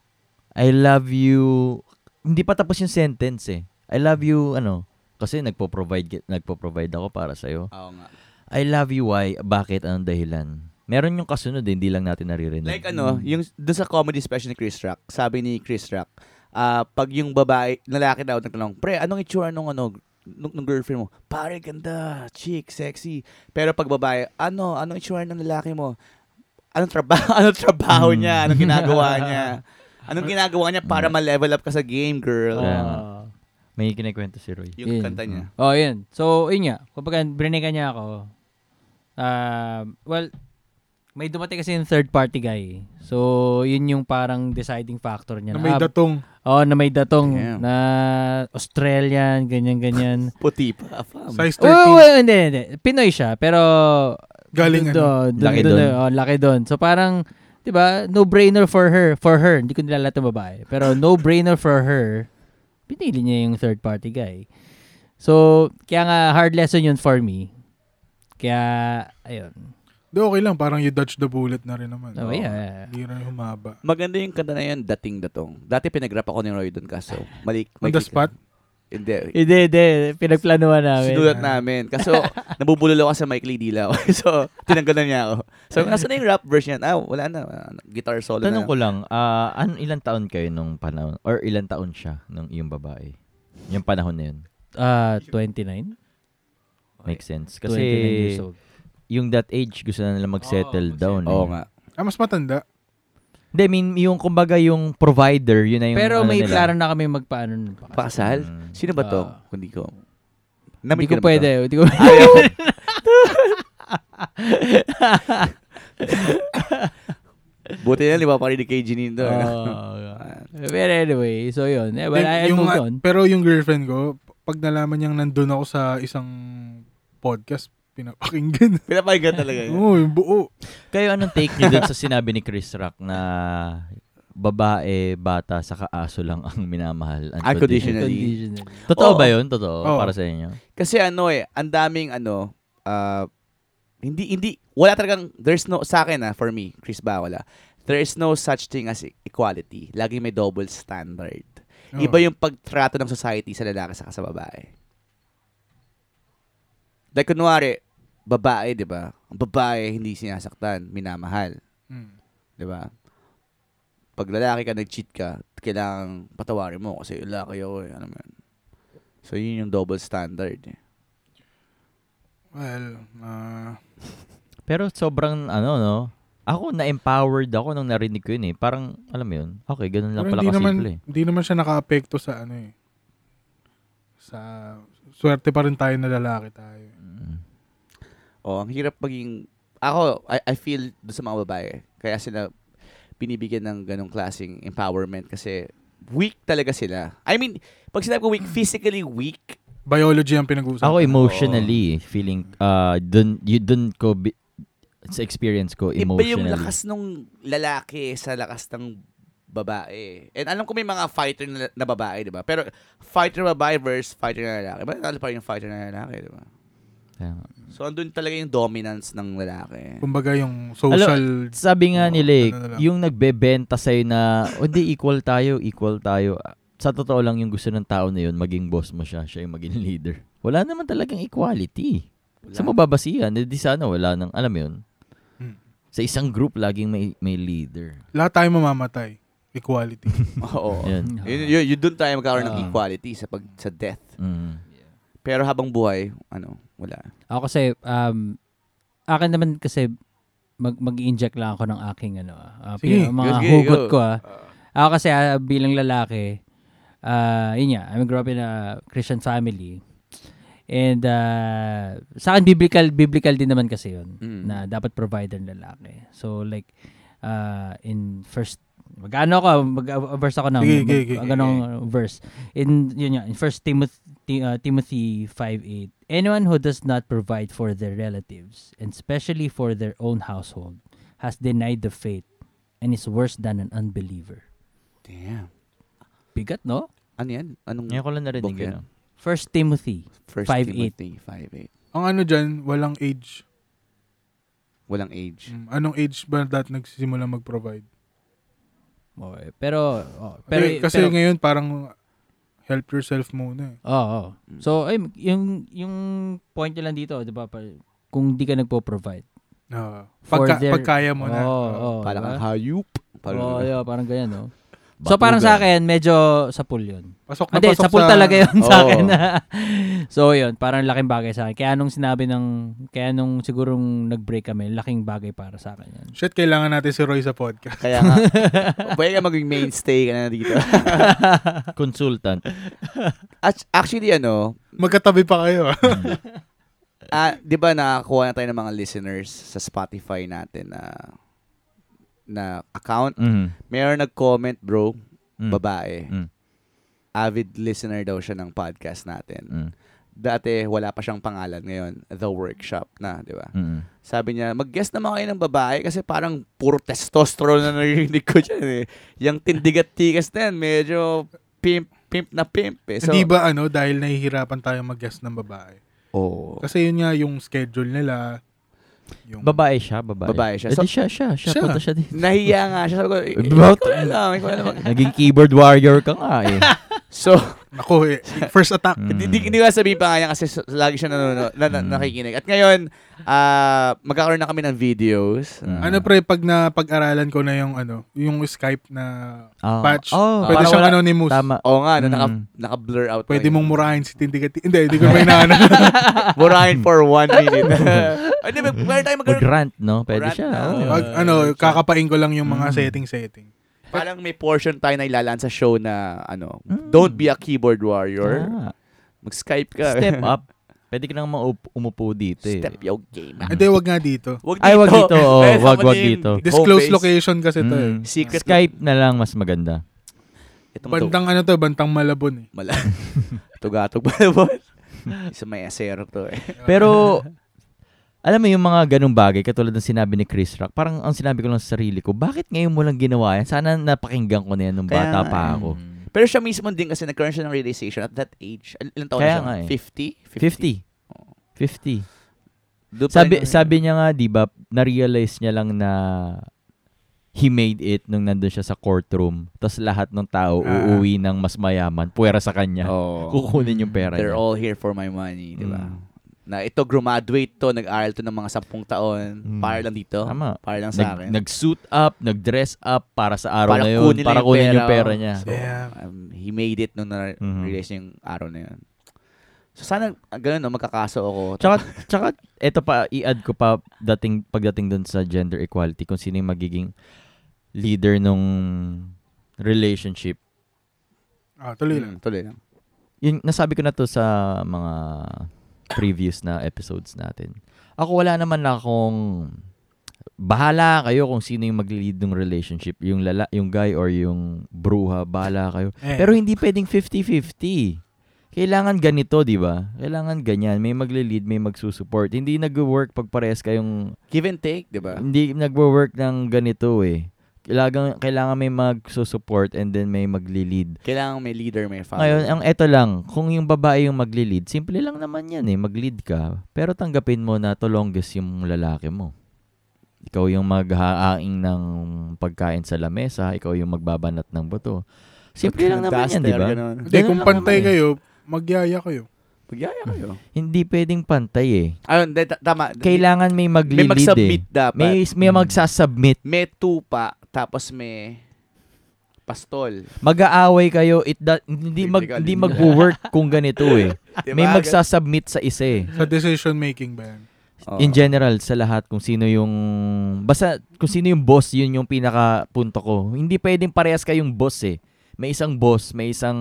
[SPEAKER 2] I love you, hindi pa tapos yung sentence eh. I love you, ano, kasi nagpo-provide, nagpo-provide ako para sa'yo.
[SPEAKER 1] Oo nga.
[SPEAKER 2] I love you, why? Bakit? Anong dahilan? Meron yung kasunod eh, hindi lang natin naririnig.
[SPEAKER 1] Like ano, yung doon sa comedy special ni Chris Rock, sabi ni Chris Rock, ah pag yung babae, lalaki daw nagtanong, "Pre, anong itsura nung ano nung, nung girlfriend mo?" "Pare, ganda, chick, sexy." Pero pag babae, "Ano, anong itsura ng lalaki mo?" "Anong trabaho, anong trabaho niya? Anong ginagawa niya?" Anong ginagawa niya para ma-level up ka sa game, girl?
[SPEAKER 2] Kaya nga. May kinikwento si Roy.
[SPEAKER 1] Yung kanta niya.
[SPEAKER 4] Oh, yun. So, yun nga. Kumbaga, brinekan niya ako. Um, well, may dumating kasi yung third party guy. So, yun yung parang deciding factor niya.
[SPEAKER 5] Na may
[SPEAKER 4] Ah,
[SPEAKER 5] datong.
[SPEAKER 4] Oo, na may datong.
[SPEAKER 1] Damn.
[SPEAKER 4] Na Australian, ganyan-ganyan.
[SPEAKER 1] Puti pa, fam.
[SPEAKER 5] Size 13.
[SPEAKER 4] Oh, well, hindi, hindi. Pinoy siya, pero...
[SPEAKER 5] Galing ano?
[SPEAKER 4] ano?
[SPEAKER 2] Laki
[SPEAKER 4] laki doon.
[SPEAKER 2] dun.
[SPEAKER 4] Oh, laki doon. So parang, di ba, no-brainer for her. For her, hindi ko nilala itong babae. Pero no-brainer for her. Pinili niya yung third party guy. So, kaya nga, hard lesson yun for me. Kaya, ayun.
[SPEAKER 5] Di okay lang, parang you dodge the bullet na rin naman.
[SPEAKER 4] Oh, yeah.
[SPEAKER 5] Hindi rin humaba.
[SPEAKER 1] Maganda yung kanta na yun, Dating Datong. Dati pinag-rap ako ni Roy doon kaso. Malik,
[SPEAKER 5] On the
[SPEAKER 1] mali-
[SPEAKER 5] spot?
[SPEAKER 1] Hindi.
[SPEAKER 4] Hindi, hindi. Pinagplanuhan namin.
[SPEAKER 1] Sinulat namin. Kaso, nabubulol ako sa Mike Lee Dilaw. so, tinanggal na niya ako. So, nasa na yung rap version? Ah, wala na. Ah, Guitar solo
[SPEAKER 2] Tanong
[SPEAKER 1] na.
[SPEAKER 2] ko lang, ah, an ilang taon kayo nung panahon or ilang taon siya nung iyong babae? Yung panahon na yun.
[SPEAKER 4] Ah, 29?
[SPEAKER 2] Makes sense.
[SPEAKER 4] 29 years
[SPEAKER 2] Kasi
[SPEAKER 4] old.
[SPEAKER 2] yung that age gusto na nila mag-settle down.
[SPEAKER 1] Oh, Oo
[SPEAKER 2] eh.
[SPEAKER 1] nga.
[SPEAKER 5] Ah, mas matanda.
[SPEAKER 2] Hindi, I mean, yung kumbaga yung provider, yun na yung
[SPEAKER 4] Pero
[SPEAKER 2] ano
[SPEAKER 4] may
[SPEAKER 2] nila.
[SPEAKER 4] plano na kami magpaano nun. Pakasal.
[SPEAKER 1] Pakasal?
[SPEAKER 2] Mm.
[SPEAKER 1] Sino ba to?
[SPEAKER 4] Ah.
[SPEAKER 1] Kundi ko.
[SPEAKER 4] Hindi
[SPEAKER 1] Namin
[SPEAKER 4] ko
[SPEAKER 1] na ba to?
[SPEAKER 4] pwede.
[SPEAKER 2] Ah,
[SPEAKER 4] Hindi ko
[SPEAKER 1] Buti na, di ba parinig kay eh, Janine doon.
[SPEAKER 2] Ah.
[SPEAKER 4] But anyway, so yun. Eh, well,
[SPEAKER 5] Then,
[SPEAKER 4] I, I
[SPEAKER 5] Oh, yung,
[SPEAKER 4] moved
[SPEAKER 5] ah,
[SPEAKER 4] on.
[SPEAKER 5] Pero yung girlfriend ko, p- pag nalaman niyang nandun ako sa isang podcast, pinapakinggan.
[SPEAKER 1] Pinapakinggan talaga yun.
[SPEAKER 5] Oo, yung buo.
[SPEAKER 2] Kayo, anong take niyo dun sa sinabi ni Chris Rock na babae, bata, saka aso lang ang minamahal?
[SPEAKER 1] Unconditional.
[SPEAKER 4] Conditional.
[SPEAKER 2] Totoo
[SPEAKER 1] Oo.
[SPEAKER 2] ba yun? Totoo?
[SPEAKER 5] Oo.
[SPEAKER 2] Para sa inyo?
[SPEAKER 1] Kasi ano eh, ang daming ano, ah, hindi, hindi, wala talagang, there's no, sa akin ah, for me, Chris ba, wala. There is no such thing as equality. Lagi may double standard.
[SPEAKER 5] Oo.
[SPEAKER 1] Iba yung pagtrato ng society sa lalaki sa sa babae. Like, kunwari, babae, di ba? Ang babae, hindi sinasaktan, minamahal.
[SPEAKER 5] Mm.
[SPEAKER 1] Di ba? Pag lalaki ka, nag-cheat ka, kailangan patawarin mo kasi lalaki ako eh. Ano man. So, yun yung double standard. eh.
[SPEAKER 5] Well, ah,
[SPEAKER 2] Pero sobrang ano, no? Ako, na-empowered ako nung narinig ko yun eh. Parang, alam mo yun, okay, ganun lang
[SPEAKER 5] pero
[SPEAKER 2] pala
[SPEAKER 5] hindi naman,
[SPEAKER 2] kasimple eh.
[SPEAKER 5] hindi naman siya nakaapekto sa ano eh. Sa swerte pa rin tayo na lalaki tayo.
[SPEAKER 1] Oh, ang hirap maging ako I, I feel do sa mga babae kaya sila binibigyan ng ganong klaseng empowerment kasi weak talaga sila. I mean, pag sinabi ko
[SPEAKER 2] Hmm.
[SPEAKER 1] weak, physically weak.
[SPEAKER 5] Biology ang pinag-uusapan.
[SPEAKER 2] Ako emotionally, eh, feeling, uh, dun, you, dun ko, bi- sa experience ko,
[SPEAKER 1] Iba
[SPEAKER 2] emotionally.
[SPEAKER 1] yung lakas nung lalaki sa lakas ng babae. And alam ko may mga fighter na, na babae, di ba? Pero fighter na babae versus fighter na lalaki. Bakit ano pa rin yung fighter na lalaki, di ba?
[SPEAKER 2] Kaya-
[SPEAKER 1] So, andun talaga yung dominance ng lalaki.
[SPEAKER 5] Kumbaga yung social...
[SPEAKER 2] Sabi nga
[SPEAKER 5] Oo,
[SPEAKER 2] nila, eh,
[SPEAKER 5] ano na lang.
[SPEAKER 2] yung nagbebenta sa'yo na, "O, hindi, equal tayo, equal tayo. Sa totoo lang yung gusto ng tao na yun, maging boss mo siya, siya yung maging leader. Wala naman talagang equality. Sa mababasihan, eh, di sana wala nang, alam mo yun,
[SPEAKER 5] Hmm.
[SPEAKER 2] sa isang group laging may, may leader.
[SPEAKER 5] lahat tayo mamamatay. Equality.
[SPEAKER 1] Oo.
[SPEAKER 2] Yan.
[SPEAKER 1] Yun, yun, yun doon tayo magkakaroon ng
[SPEAKER 2] Ah.
[SPEAKER 1] equality sa pag sa death.
[SPEAKER 2] Mm.
[SPEAKER 1] Pero habang buhay, ano, wala.
[SPEAKER 4] Ako kasi, um, akin naman kasi, mag, mag-inject lang ako ng aking, ano, ah,
[SPEAKER 5] Sige,
[SPEAKER 4] pin- mga
[SPEAKER 1] sige,
[SPEAKER 4] hugot
[SPEAKER 1] go.
[SPEAKER 4] ko, ah. Ako kasi, ah, bilang lalaki, ah, yun nga, I mean, grew up in a Christian family. And, ah, sa akin, biblical, biblical din naman kasi yun,
[SPEAKER 1] Mm.
[SPEAKER 4] na dapat provider ng lalaki. So, like, ah, in first, mag-ano ako, mag-verse ako ng,
[SPEAKER 5] Sige,
[SPEAKER 4] mag,
[SPEAKER 5] sige, sige,
[SPEAKER 4] mag- anong verse. In, yun nga, in first Timothy, Ti- uh, Timothy 5.8, Anyone who does not provide for their relatives, and especially for their own household, has denied the faith and is worse than an unbeliever.
[SPEAKER 1] Damn.
[SPEAKER 4] Bigat, no?
[SPEAKER 1] Ano yan? Anong
[SPEAKER 2] Ngayon ko lang narinig
[SPEAKER 1] book
[SPEAKER 2] yun.
[SPEAKER 1] yan?
[SPEAKER 2] ah.
[SPEAKER 4] First Timothy.
[SPEAKER 1] First
[SPEAKER 4] 5'8".
[SPEAKER 1] Timothy 5'8".
[SPEAKER 5] ang ano dyan, walang age.
[SPEAKER 1] Walang age.
[SPEAKER 5] Mm, Anong age ba that nagsisimula mag-provide?
[SPEAKER 4] Oh, eh, pero, oh, pero,
[SPEAKER 5] Pero, kasi
[SPEAKER 4] pero,
[SPEAKER 5] ngayon parang help yourself muna eh.
[SPEAKER 4] Oo. oo. oh. So, ay, yung, yung point nyo lang dito, di ba, pa- kung di ka nagpo-provide.
[SPEAKER 5] Ah,
[SPEAKER 4] For
[SPEAKER 5] pagka,
[SPEAKER 4] their-
[SPEAKER 5] pagkaya mo na.
[SPEAKER 4] Oo,
[SPEAKER 5] Ah.
[SPEAKER 4] oo,
[SPEAKER 1] Parang
[SPEAKER 4] diba?
[SPEAKER 1] ang hayup. Parang
[SPEAKER 4] Oo,
[SPEAKER 1] oh,
[SPEAKER 4] yeah, parang ganyan, no? so, parang sa akin, medyo sa pool yun.
[SPEAKER 5] Pasok na
[SPEAKER 4] Hindi,
[SPEAKER 5] pasok
[SPEAKER 4] sa pool talaga yun sa
[SPEAKER 1] Oo.
[SPEAKER 4] akin. so, yun, parang laking bagay sa akin. Kaya nung sinabi ng, kaya nung sigurong nag-break kami, laking bagay para sa akin yan.
[SPEAKER 5] Shit, kailangan natin si Roy sa podcast.
[SPEAKER 1] Kaya nga, pwede ka maging mainstay ka na dito.
[SPEAKER 2] Consultant.
[SPEAKER 1] Act- Actually, ano,
[SPEAKER 5] Magkatabi pa kayo. ah.
[SPEAKER 1] ah, di ba nakakuha na tayo ng mga listeners sa Spotify natin na na account.
[SPEAKER 2] Mm.
[SPEAKER 1] Mayroon nag-comment, bro,
[SPEAKER 2] Mm.
[SPEAKER 1] babae.
[SPEAKER 2] Mm.
[SPEAKER 1] Avid listener daw siya ng podcast natin.
[SPEAKER 2] Mm.
[SPEAKER 1] Dati, wala pa siyang pangalan ngayon. The Workshop na, di ba?
[SPEAKER 2] Mm.
[SPEAKER 1] Sabi niya, mag-guess naman kayo ng babae kasi parang puro testosterone na narinig ko dyan eh. Yung tindigat tigas na yan, medyo pimp, pimp na pimp eh. So,
[SPEAKER 5] Hindi ba ano, dahil nahihirapan tayo mag-guest ng babae.
[SPEAKER 1] Oo.
[SPEAKER 5] Kasi yun nga yung schedule nila. Yung,
[SPEAKER 2] Babae siya, babae.
[SPEAKER 1] Babae siya.
[SPEAKER 2] Eh, di
[SPEAKER 1] So-
[SPEAKER 2] siya, siya, siya.
[SPEAKER 5] Siya.
[SPEAKER 2] Punta siya dito.
[SPEAKER 1] Nahiya nga siya. Sabi ko, "Eh,
[SPEAKER 2] Bro-
[SPEAKER 1] ikaw na lang, ikaw na lang."
[SPEAKER 2] Naging keyboard warrior ka nga eh.
[SPEAKER 1] So,
[SPEAKER 5] Ako eh. First attack.
[SPEAKER 2] Mm.
[SPEAKER 1] Hindi hindi ko sabi pa nga niya kasi s- lagi siya nanonood, na, na-
[SPEAKER 5] Hmm.
[SPEAKER 2] Mm.
[SPEAKER 1] nakikinig. At ngayon, ah magkakaroon na kami ng videos.
[SPEAKER 2] Mm.
[SPEAKER 5] Ano pre, pag napag-aralan ko na yung ano, yung Skype na
[SPEAKER 2] Ah,
[SPEAKER 5] patch,
[SPEAKER 2] oh,
[SPEAKER 5] pwede
[SPEAKER 1] para
[SPEAKER 5] siyang
[SPEAKER 1] wala-
[SPEAKER 5] anonymous.
[SPEAKER 2] Tama.
[SPEAKER 1] Oo nga, no, naka,
[SPEAKER 2] Mm.
[SPEAKER 1] naka-blur out.
[SPEAKER 5] Hmm. Pwede
[SPEAKER 1] na
[SPEAKER 5] mong murahin si Tindigati. Hindi, hindi ko may inaano.
[SPEAKER 1] Murahin for one minute. Hindi, mag- meron tayo
[SPEAKER 2] Or
[SPEAKER 1] magkaroon.
[SPEAKER 2] grant, no? Pwede
[SPEAKER 1] Grant
[SPEAKER 2] siya. ah,
[SPEAKER 1] na,
[SPEAKER 2] oo.
[SPEAKER 5] Pag ano, kakapain ko lang yung mga
[SPEAKER 4] Mm.
[SPEAKER 5] setting-setting.
[SPEAKER 1] Parang may portion tayo na ilalaan sa show na, ano,
[SPEAKER 2] Mm.
[SPEAKER 1] don't be a keyboard warrior.
[SPEAKER 2] Tama.
[SPEAKER 1] Mag-Skype ka.
[SPEAKER 2] Ah. Step up. Pwede ka nang maup- umupo dito eh.
[SPEAKER 1] Step your game. up.
[SPEAKER 5] Hindi, wag nga dito.
[SPEAKER 1] Wag
[SPEAKER 2] Ay, wag dito, oo.
[SPEAKER 1] Dahil
[SPEAKER 2] Wag-
[SPEAKER 1] kapatid,
[SPEAKER 2] wag dito.
[SPEAKER 1] home
[SPEAKER 5] Disclose
[SPEAKER 1] base.
[SPEAKER 5] location kasi to eh.
[SPEAKER 2] Mm.
[SPEAKER 1] Secret
[SPEAKER 2] Skype na lang mas maganda.
[SPEAKER 1] Itong to-
[SPEAKER 5] Bantang ano to, bantang malabon eh.
[SPEAKER 1] Mala. Tugatog pa na boss. Isa may asero to eh.
[SPEAKER 2] Pero, alam mo yung mga ganung bagay, katulad ng sinabi ni Chris Rock, parang ang sinabi ko lang sa sarili ko, bakit ngayon mo lang ginawa yan? Sana napakinggan ko na yan nung
[SPEAKER 1] Kaya
[SPEAKER 2] bata
[SPEAKER 1] nga
[SPEAKER 2] pa
[SPEAKER 1] eh.
[SPEAKER 2] ako.
[SPEAKER 1] Pero siya mismo din kasi nagkaroon siya ng realization at that age. Al- Ilan taon
[SPEAKER 2] Kaya nga
[SPEAKER 1] na
[SPEAKER 2] eh.
[SPEAKER 1] siya? 50? 50.
[SPEAKER 2] 50. 50.
[SPEAKER 1] Doon pa
[SPEAKER 2] Sabi,
[SPEAKER 1] rin-
[SPEAKER 2] sabi niya nga, di ba, na-realize niya lang na he made it nung nandun siya sa courtroom. Tapos lahat ng tao
[SPEAKER 5] Ah.
[SPEAKER 2] uuwi ng mas mayaman, puwera sa kanya.
[SPEAKER 1] Oo.
[SPEAKER 2] Kukunin yung pera
[SPEAKER 1] They're
[SPEAKER 2] niya.
[SPEAKER 1] all here for my money, di ba?
[SPEAKER 2] Mm.
[SPEAKER 1] Na ito, graduate to, nag-aral to ng mga sampung taon,
[SPEAKER 2] Mm.
[SPEAKER 1] para lang dito,
[SPEAKER 2] Tama.
[SPEAKER 1] para lang sa akin.
[SPEAKER 2] Nag, nag-suit up, nag-dress up para sa
[SPEAKER 1] Para
[SPEAKER 2] araw na yun,
[SPEAKER 1] kunin lang
[SPEAKER 2] para
[SPEAKER 1] yung
[SPEAKER 2] kunin
[SPEAKER 1] pera
[SPEAKER 2] yung pera
[SPEAKER 1] ko.
[SPEAKER 2] niya.
[SPEAKER 1] So,
[SPEAKER 5] Damn.
[SPEAKER 1] um, he made it nung
[SPEAKER 2] Mhm.
[SPEAKER 1] na-realize niya yung araw na yun. So sana, ah, ganun, no, magkakaso ako. Mm,
[SPEAKER 2] Tsaka, tsaka, eto pa, i-add ko pa dating, pagdating dun sa gender equality, kung sino yung magiging leader nung relationship.
[SPEAKER 5] Ah, tuloy
[SPEAKER 1] Mm,
[SPEAKER 5] lang.
[SPEAKER 1] tuloy lang.
[SPEAKER 2] Yun, nasabi ko na to sa mga previous na episodes natin. Ako, wala naman na akong bahala kayo kung sino yung mag-lead ng relationship. Yung, lala, yung guy or yung bruha, bahala kayo.
[SPEAKER 5] Eh,
[SPEAKER 2] Pero hindi pwedeng 50-50. Kailangan ganito, di ba? Kailangan ganyan. May magle-lead, may magsusupport. Hindi nag-work pag parehas kayong...
[SPEAKER 1] Give and take, di ba?
[SPEAKER 2] Hindi nag-work ng ganito eh. Kailangan, kailangan may magsusupport and then may magle-lead.
[SPEAKER 1] Kailangan may leader, may follower.
[SPEAKER 2] Ngayon, ang eto lang, kung yung babae yung magle-lead, simple lang naman yan eh. Mag-lead ka. Pero tanggapin mo na to longest yung lalaki mo. Ikaw yung maghahaing ng pagkain sa lamesa. Ikaw yung magbabanat ng buto. Simple lang naman yan, di ba?
[SPEAKER 5] Hindi, kung
[SPEAKER 2] Ganun lang
[SPEAKER 5] pantay
[SPEAKER 2] naman eh.
[SPEAKER 5] kayo, magyaya kayo.
[SPEAKER 1] Pagyaya
[SPEAKER 2] Mm.
[SPEAKER 1] kayo.
[SPEAKER 2] Hindi pwedeng pantay eh.
[SPEAKER 1] Ayun, de, ta- tama.
[SPEAKER 2] Kailangan may
[SPEAKER 1] May
[SPEAKER 2] mag-lead eh.
[SPEAKER 1] mag-submit dapat. May,
[SPEAKER 2] May, may magsasubmit.
[SPEAKER 1] tupa, tapos may pastol.
[SPEAKER 2] Mag-aaway kayo. It da-
[SPEAKER 1] Hindi
[SPEAKER 2] hindi mag
[SPEAKER 1] ka
[SPEAKER 2] hindi
[SPEAKER 1] linya.
[SPEAKER 2] mag-work kung ganito eh.
[SPEAKER 1] Diba?
[SPEAKER 2] May magsasubmit sa isa eh.
[SPEAKER 5] Sa decision making ba yan?
[SPEAKER 1] Oo.
[SPEAKER 2] In general sa lahat kung sino yung basta kung sino yung boss yun yung pinaka punto ko. Hindi pwedeng parehas kayong boss eh. May isang boss, may isang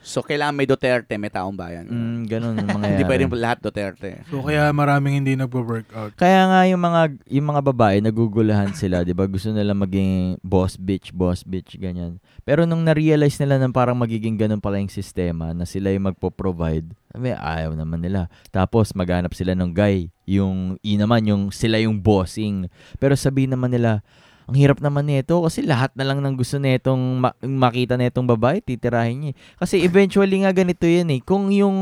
[SPEAKER 1] So, kailangan may Duterte, may taong bayan.
[SPEAKER 2] mm, ganun ang mangyayari.
[SPEAKER 1] Hindi pwedeng lahat Duterte.
[SPEAKER 5] So, kaya maraming hindi nagpo-workout.
[SPEAKER 2] Kaya nga yung mga yung mga babae nagugulahan sila, 'di ba? Gusto nila maging boss bitch, boss bitch ganyan. Pero nung na-realize nila na parang magiging ganun pala yung sistema na sila yung magpo-provide, may ayaw naman nila. Tapos maghanap sila ng guy, yung i naman yung sila yung bossing. Pero sabi naman nila, ang hirap naman nito kasi lahat na lang ng gusto nitong ma- makita nitong babae, titirahin niya. eh." Kasi eventually nga ganito 'yan eh. Kung yung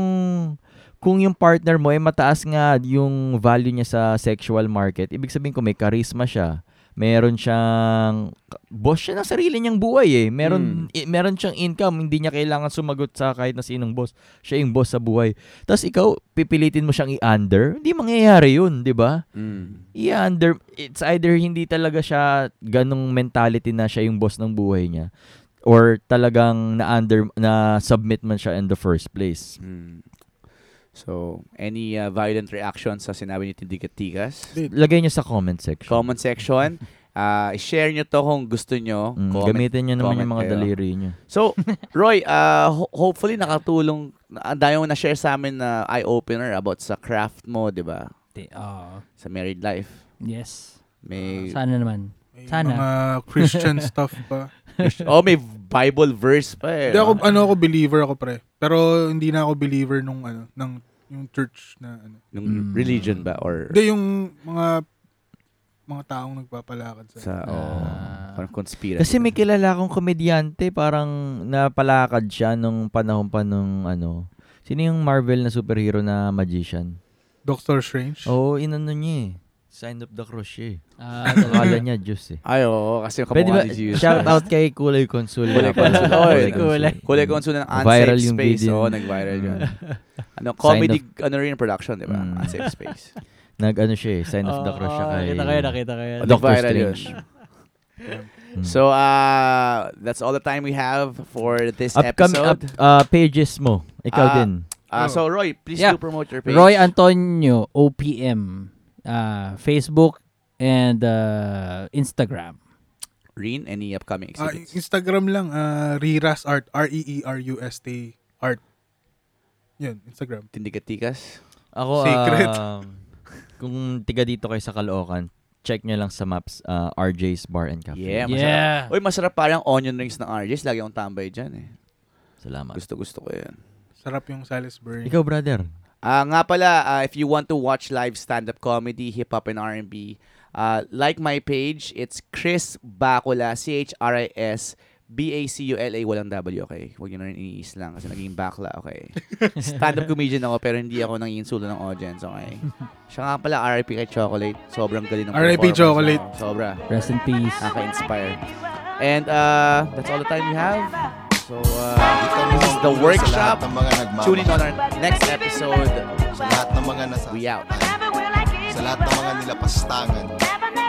[SPEAKER 2] kung yung partner mo ay mataas nga yung value niya sa sexual market, ibig sabihin ko may charisma siya. Meron siyang boss siya ng sarili niyang buhay eh. Meron i- meron siyang income, hindi niya kailangan sumagot sa kahit na sinong boss. Siya yung boss sa buhay. Tapos ikaw pipilitin mo siyang i-under, hindi mangyayari 'yun, 'di ba?
[SPEAKER 1] Mm.
[SPEAKER 2] i-under, it's either hindi talaga siya ganong mentality na siya yung boss ng buhay niya or talagang na-under, na-submit man siya in the first place.
[SPEAKER 1] Mm. So, any uh, violent reaction sa sinabi ni Tindigat Tigas?
[SPEAKER 2] Lagay niyo sa comment section.
[SPEAKER 1] Comment section. Ah, share nyo to kung gusto nyo.
[SPEAKER 2] Mm,
[SPEAKER 1] Comment
[SPEAKER 2] gamitin niyo naman yung
[SPEAKER 1] comment
[SPEAKER 2] mga
[SPEAKER 1] kayo.
[SPEAKER 2] daliri niyo.
[SPEAKER 1] So, Roy, uh, ho- hopefully nakatulong, ang dami mo na-share sa amin na eye-opener about sa craft mo, di ba?
[SPEAKER 4] Di- oo.
[SPEAKER 1] Sa married life.
[SPEAKER 4] yes.
[SPEAKER 1] May,
[SPEAKER 4] Sana naman.
[SPEAKER 5] May
[SPEAKER 4] Sana.
[SPEAKER 5] mga Christian stuff pa.
[SPEAKER 1] oh, may Bible verse pa eh.
[SPEAKER 5] Hindi
[SPEAKER 1] no?
[SPEAKER 5] ako, ano ako, believer ako pre. Pero hindi na ako believer nung ano, ng yung church na ano.
[SPEAKER 1] Nung religion ba? Or
[SPEAKER 5] Hindi, yung mga mga taong nagpapalakad sa...
[SPEAKER 1] sa, oh, parang conspiracy.
[SPEAKER 2] Kasi may kilala akong komedyante, parang napalakad siya nung panahon pa nung ano. Sino yung Marvel na superhero na magician?
[SPEAKER 5] Doctor Strange.
[SPEAKER 2] Oh, Oo, inano niya eh. Sign up the crochet.
[SPEAKER 4] Ah,
[SPEAKER 2] Akala niya Diyos eh.
[SPEAKER 1] Ay, oo, kasi
[SPEAKER 2] Pwede
[SPEAKER 1] kamukha
[SPEAKER 2] ba,
[SPEAKER 1] ni Jesus.
[SPEAKER 2] shout out kay Kulay Consul.
[SPEAKER 1] Kulay
[SPEAKER 2] Kulay
[SPEAKER 1] Consul.
[SPEAKER 2] Consul.
[SPEAKER 1] Oy,
[SPEAKER 2] Kulay Consul.
[SPEAKER 1] Kulay Consul ng Unsafe
[SPEAKER 2] Viral yung
[SPEAKER 1] Space.
[SPEAKER 2] video.
[SPEAKER 1] Oo, nag-viral yun. ano, comedy,
[SPEAKER 2] Sign
[SPEAKER 1] ano rin yung production, di ba?
[SPEAKER 2] Mm.
[SPEAKER 1] Unsafe Space.
[SPEAKER 2] Nag ano siya eh, Sign of the
[SPEAKER 4] Oo,
[SPEAKER 2] crochet kay...
[SPEAKER 4] Ah, Nakita kayo, nakita kayo.
[SPEAKER 2] Doc- Doctor
[SPEAKER 1] Nag-viral
[SPEAKER 2] Strange.
[SPEAKER 1] yun.
[SPEAKER 2] Mm.
[SPEAKER 1] So, uh, that's all the time we have for this
[SPEAKER 2] Upcoming up,
[SPEAKER 1] episode.
[SPEAKER 2] ah, pages mo. Ikaw
[SPEAKER 1] Ah,
[SPEAKER 2] din.
[SPEAKER 1] Uh, so, Roy, please
[SPEAKER 4] Yeah.
[SPEAKER 1] do promote your page.
[SPEAKER 4] Roy Antonio, OPM. ah, Facebook and ah, Instagram.
[SPEAKER 1] Reen, any upcoming
[SPEAKER 5] Ah,
[SPEAKER 1] exhibits?
[SPEAKER 5] Instagram lang, ah, Riras Art. E R-E-E-R-U-S-T Art. Yun, Instagram.
[SPEAKER 1] Tindigatikas?
[SPEAKER 2] Ako,
[SPEAKER 5] Secret.
[SPEAKER 2] ah, kung tiga dito kayo sa Caloocan, check nyo lang sa maps ah, RJ's Bar and Cafe.
[SPEAKER 1] Yeah, masarap.
[SPEAKER 4] Yeah.
[SPEAKER 1] Uy, masarap parang onion rings ng RJs. Lagi akong tambay dyan eh.
[SPEAKER 2] Salamat.
[SPEAKER 1] Gusto-gusto ko yun.
[SPEAKER 5] Sarap yung Salisbury.
[SPEAKER 2] Ikaw, brother.
[SPEAKER 1] Ah, nga pala, ah, if you want to watch live stand-up comedy, hip-hop, and R&B, ah, like my page, it's Chris Bacula, C-H-R-I-S, B-A-C-U-L-A, walang W, okay? Huwag nyo na rin iniis lang kasi naging bakla, okay? Stand-up comedian ako pero hindi ako nang insulo ng audience, okay? Siya nga pala, R.I.P. kay Chocolate. Sobrang galing ng
[SPEAKER 5] R.I.P.
[SPEAKER 1] performance.
[SPEAKER 5] Chocolate.
[SPEAKER 1] Sobra.
[SPEAKER 4] Rest in peace.
[SPEAKER 1] Nakaka-inspire. And uh, that's all the time we have. So, uh, this is The Workshop.
[SPEAKER 10] Sa lahat ng mga nagmamahal.
[SPEAKER 1] Tune in on our next episode.
[SPEAKER 10] Sa lahat ng mga nasa.
[SPEAKER 1] We out.
[SPEAKER 3] Never will I give
[SPEAKER 10] Sa lahat ng mga nilapastangan.
[SPEAKER 3] Never, never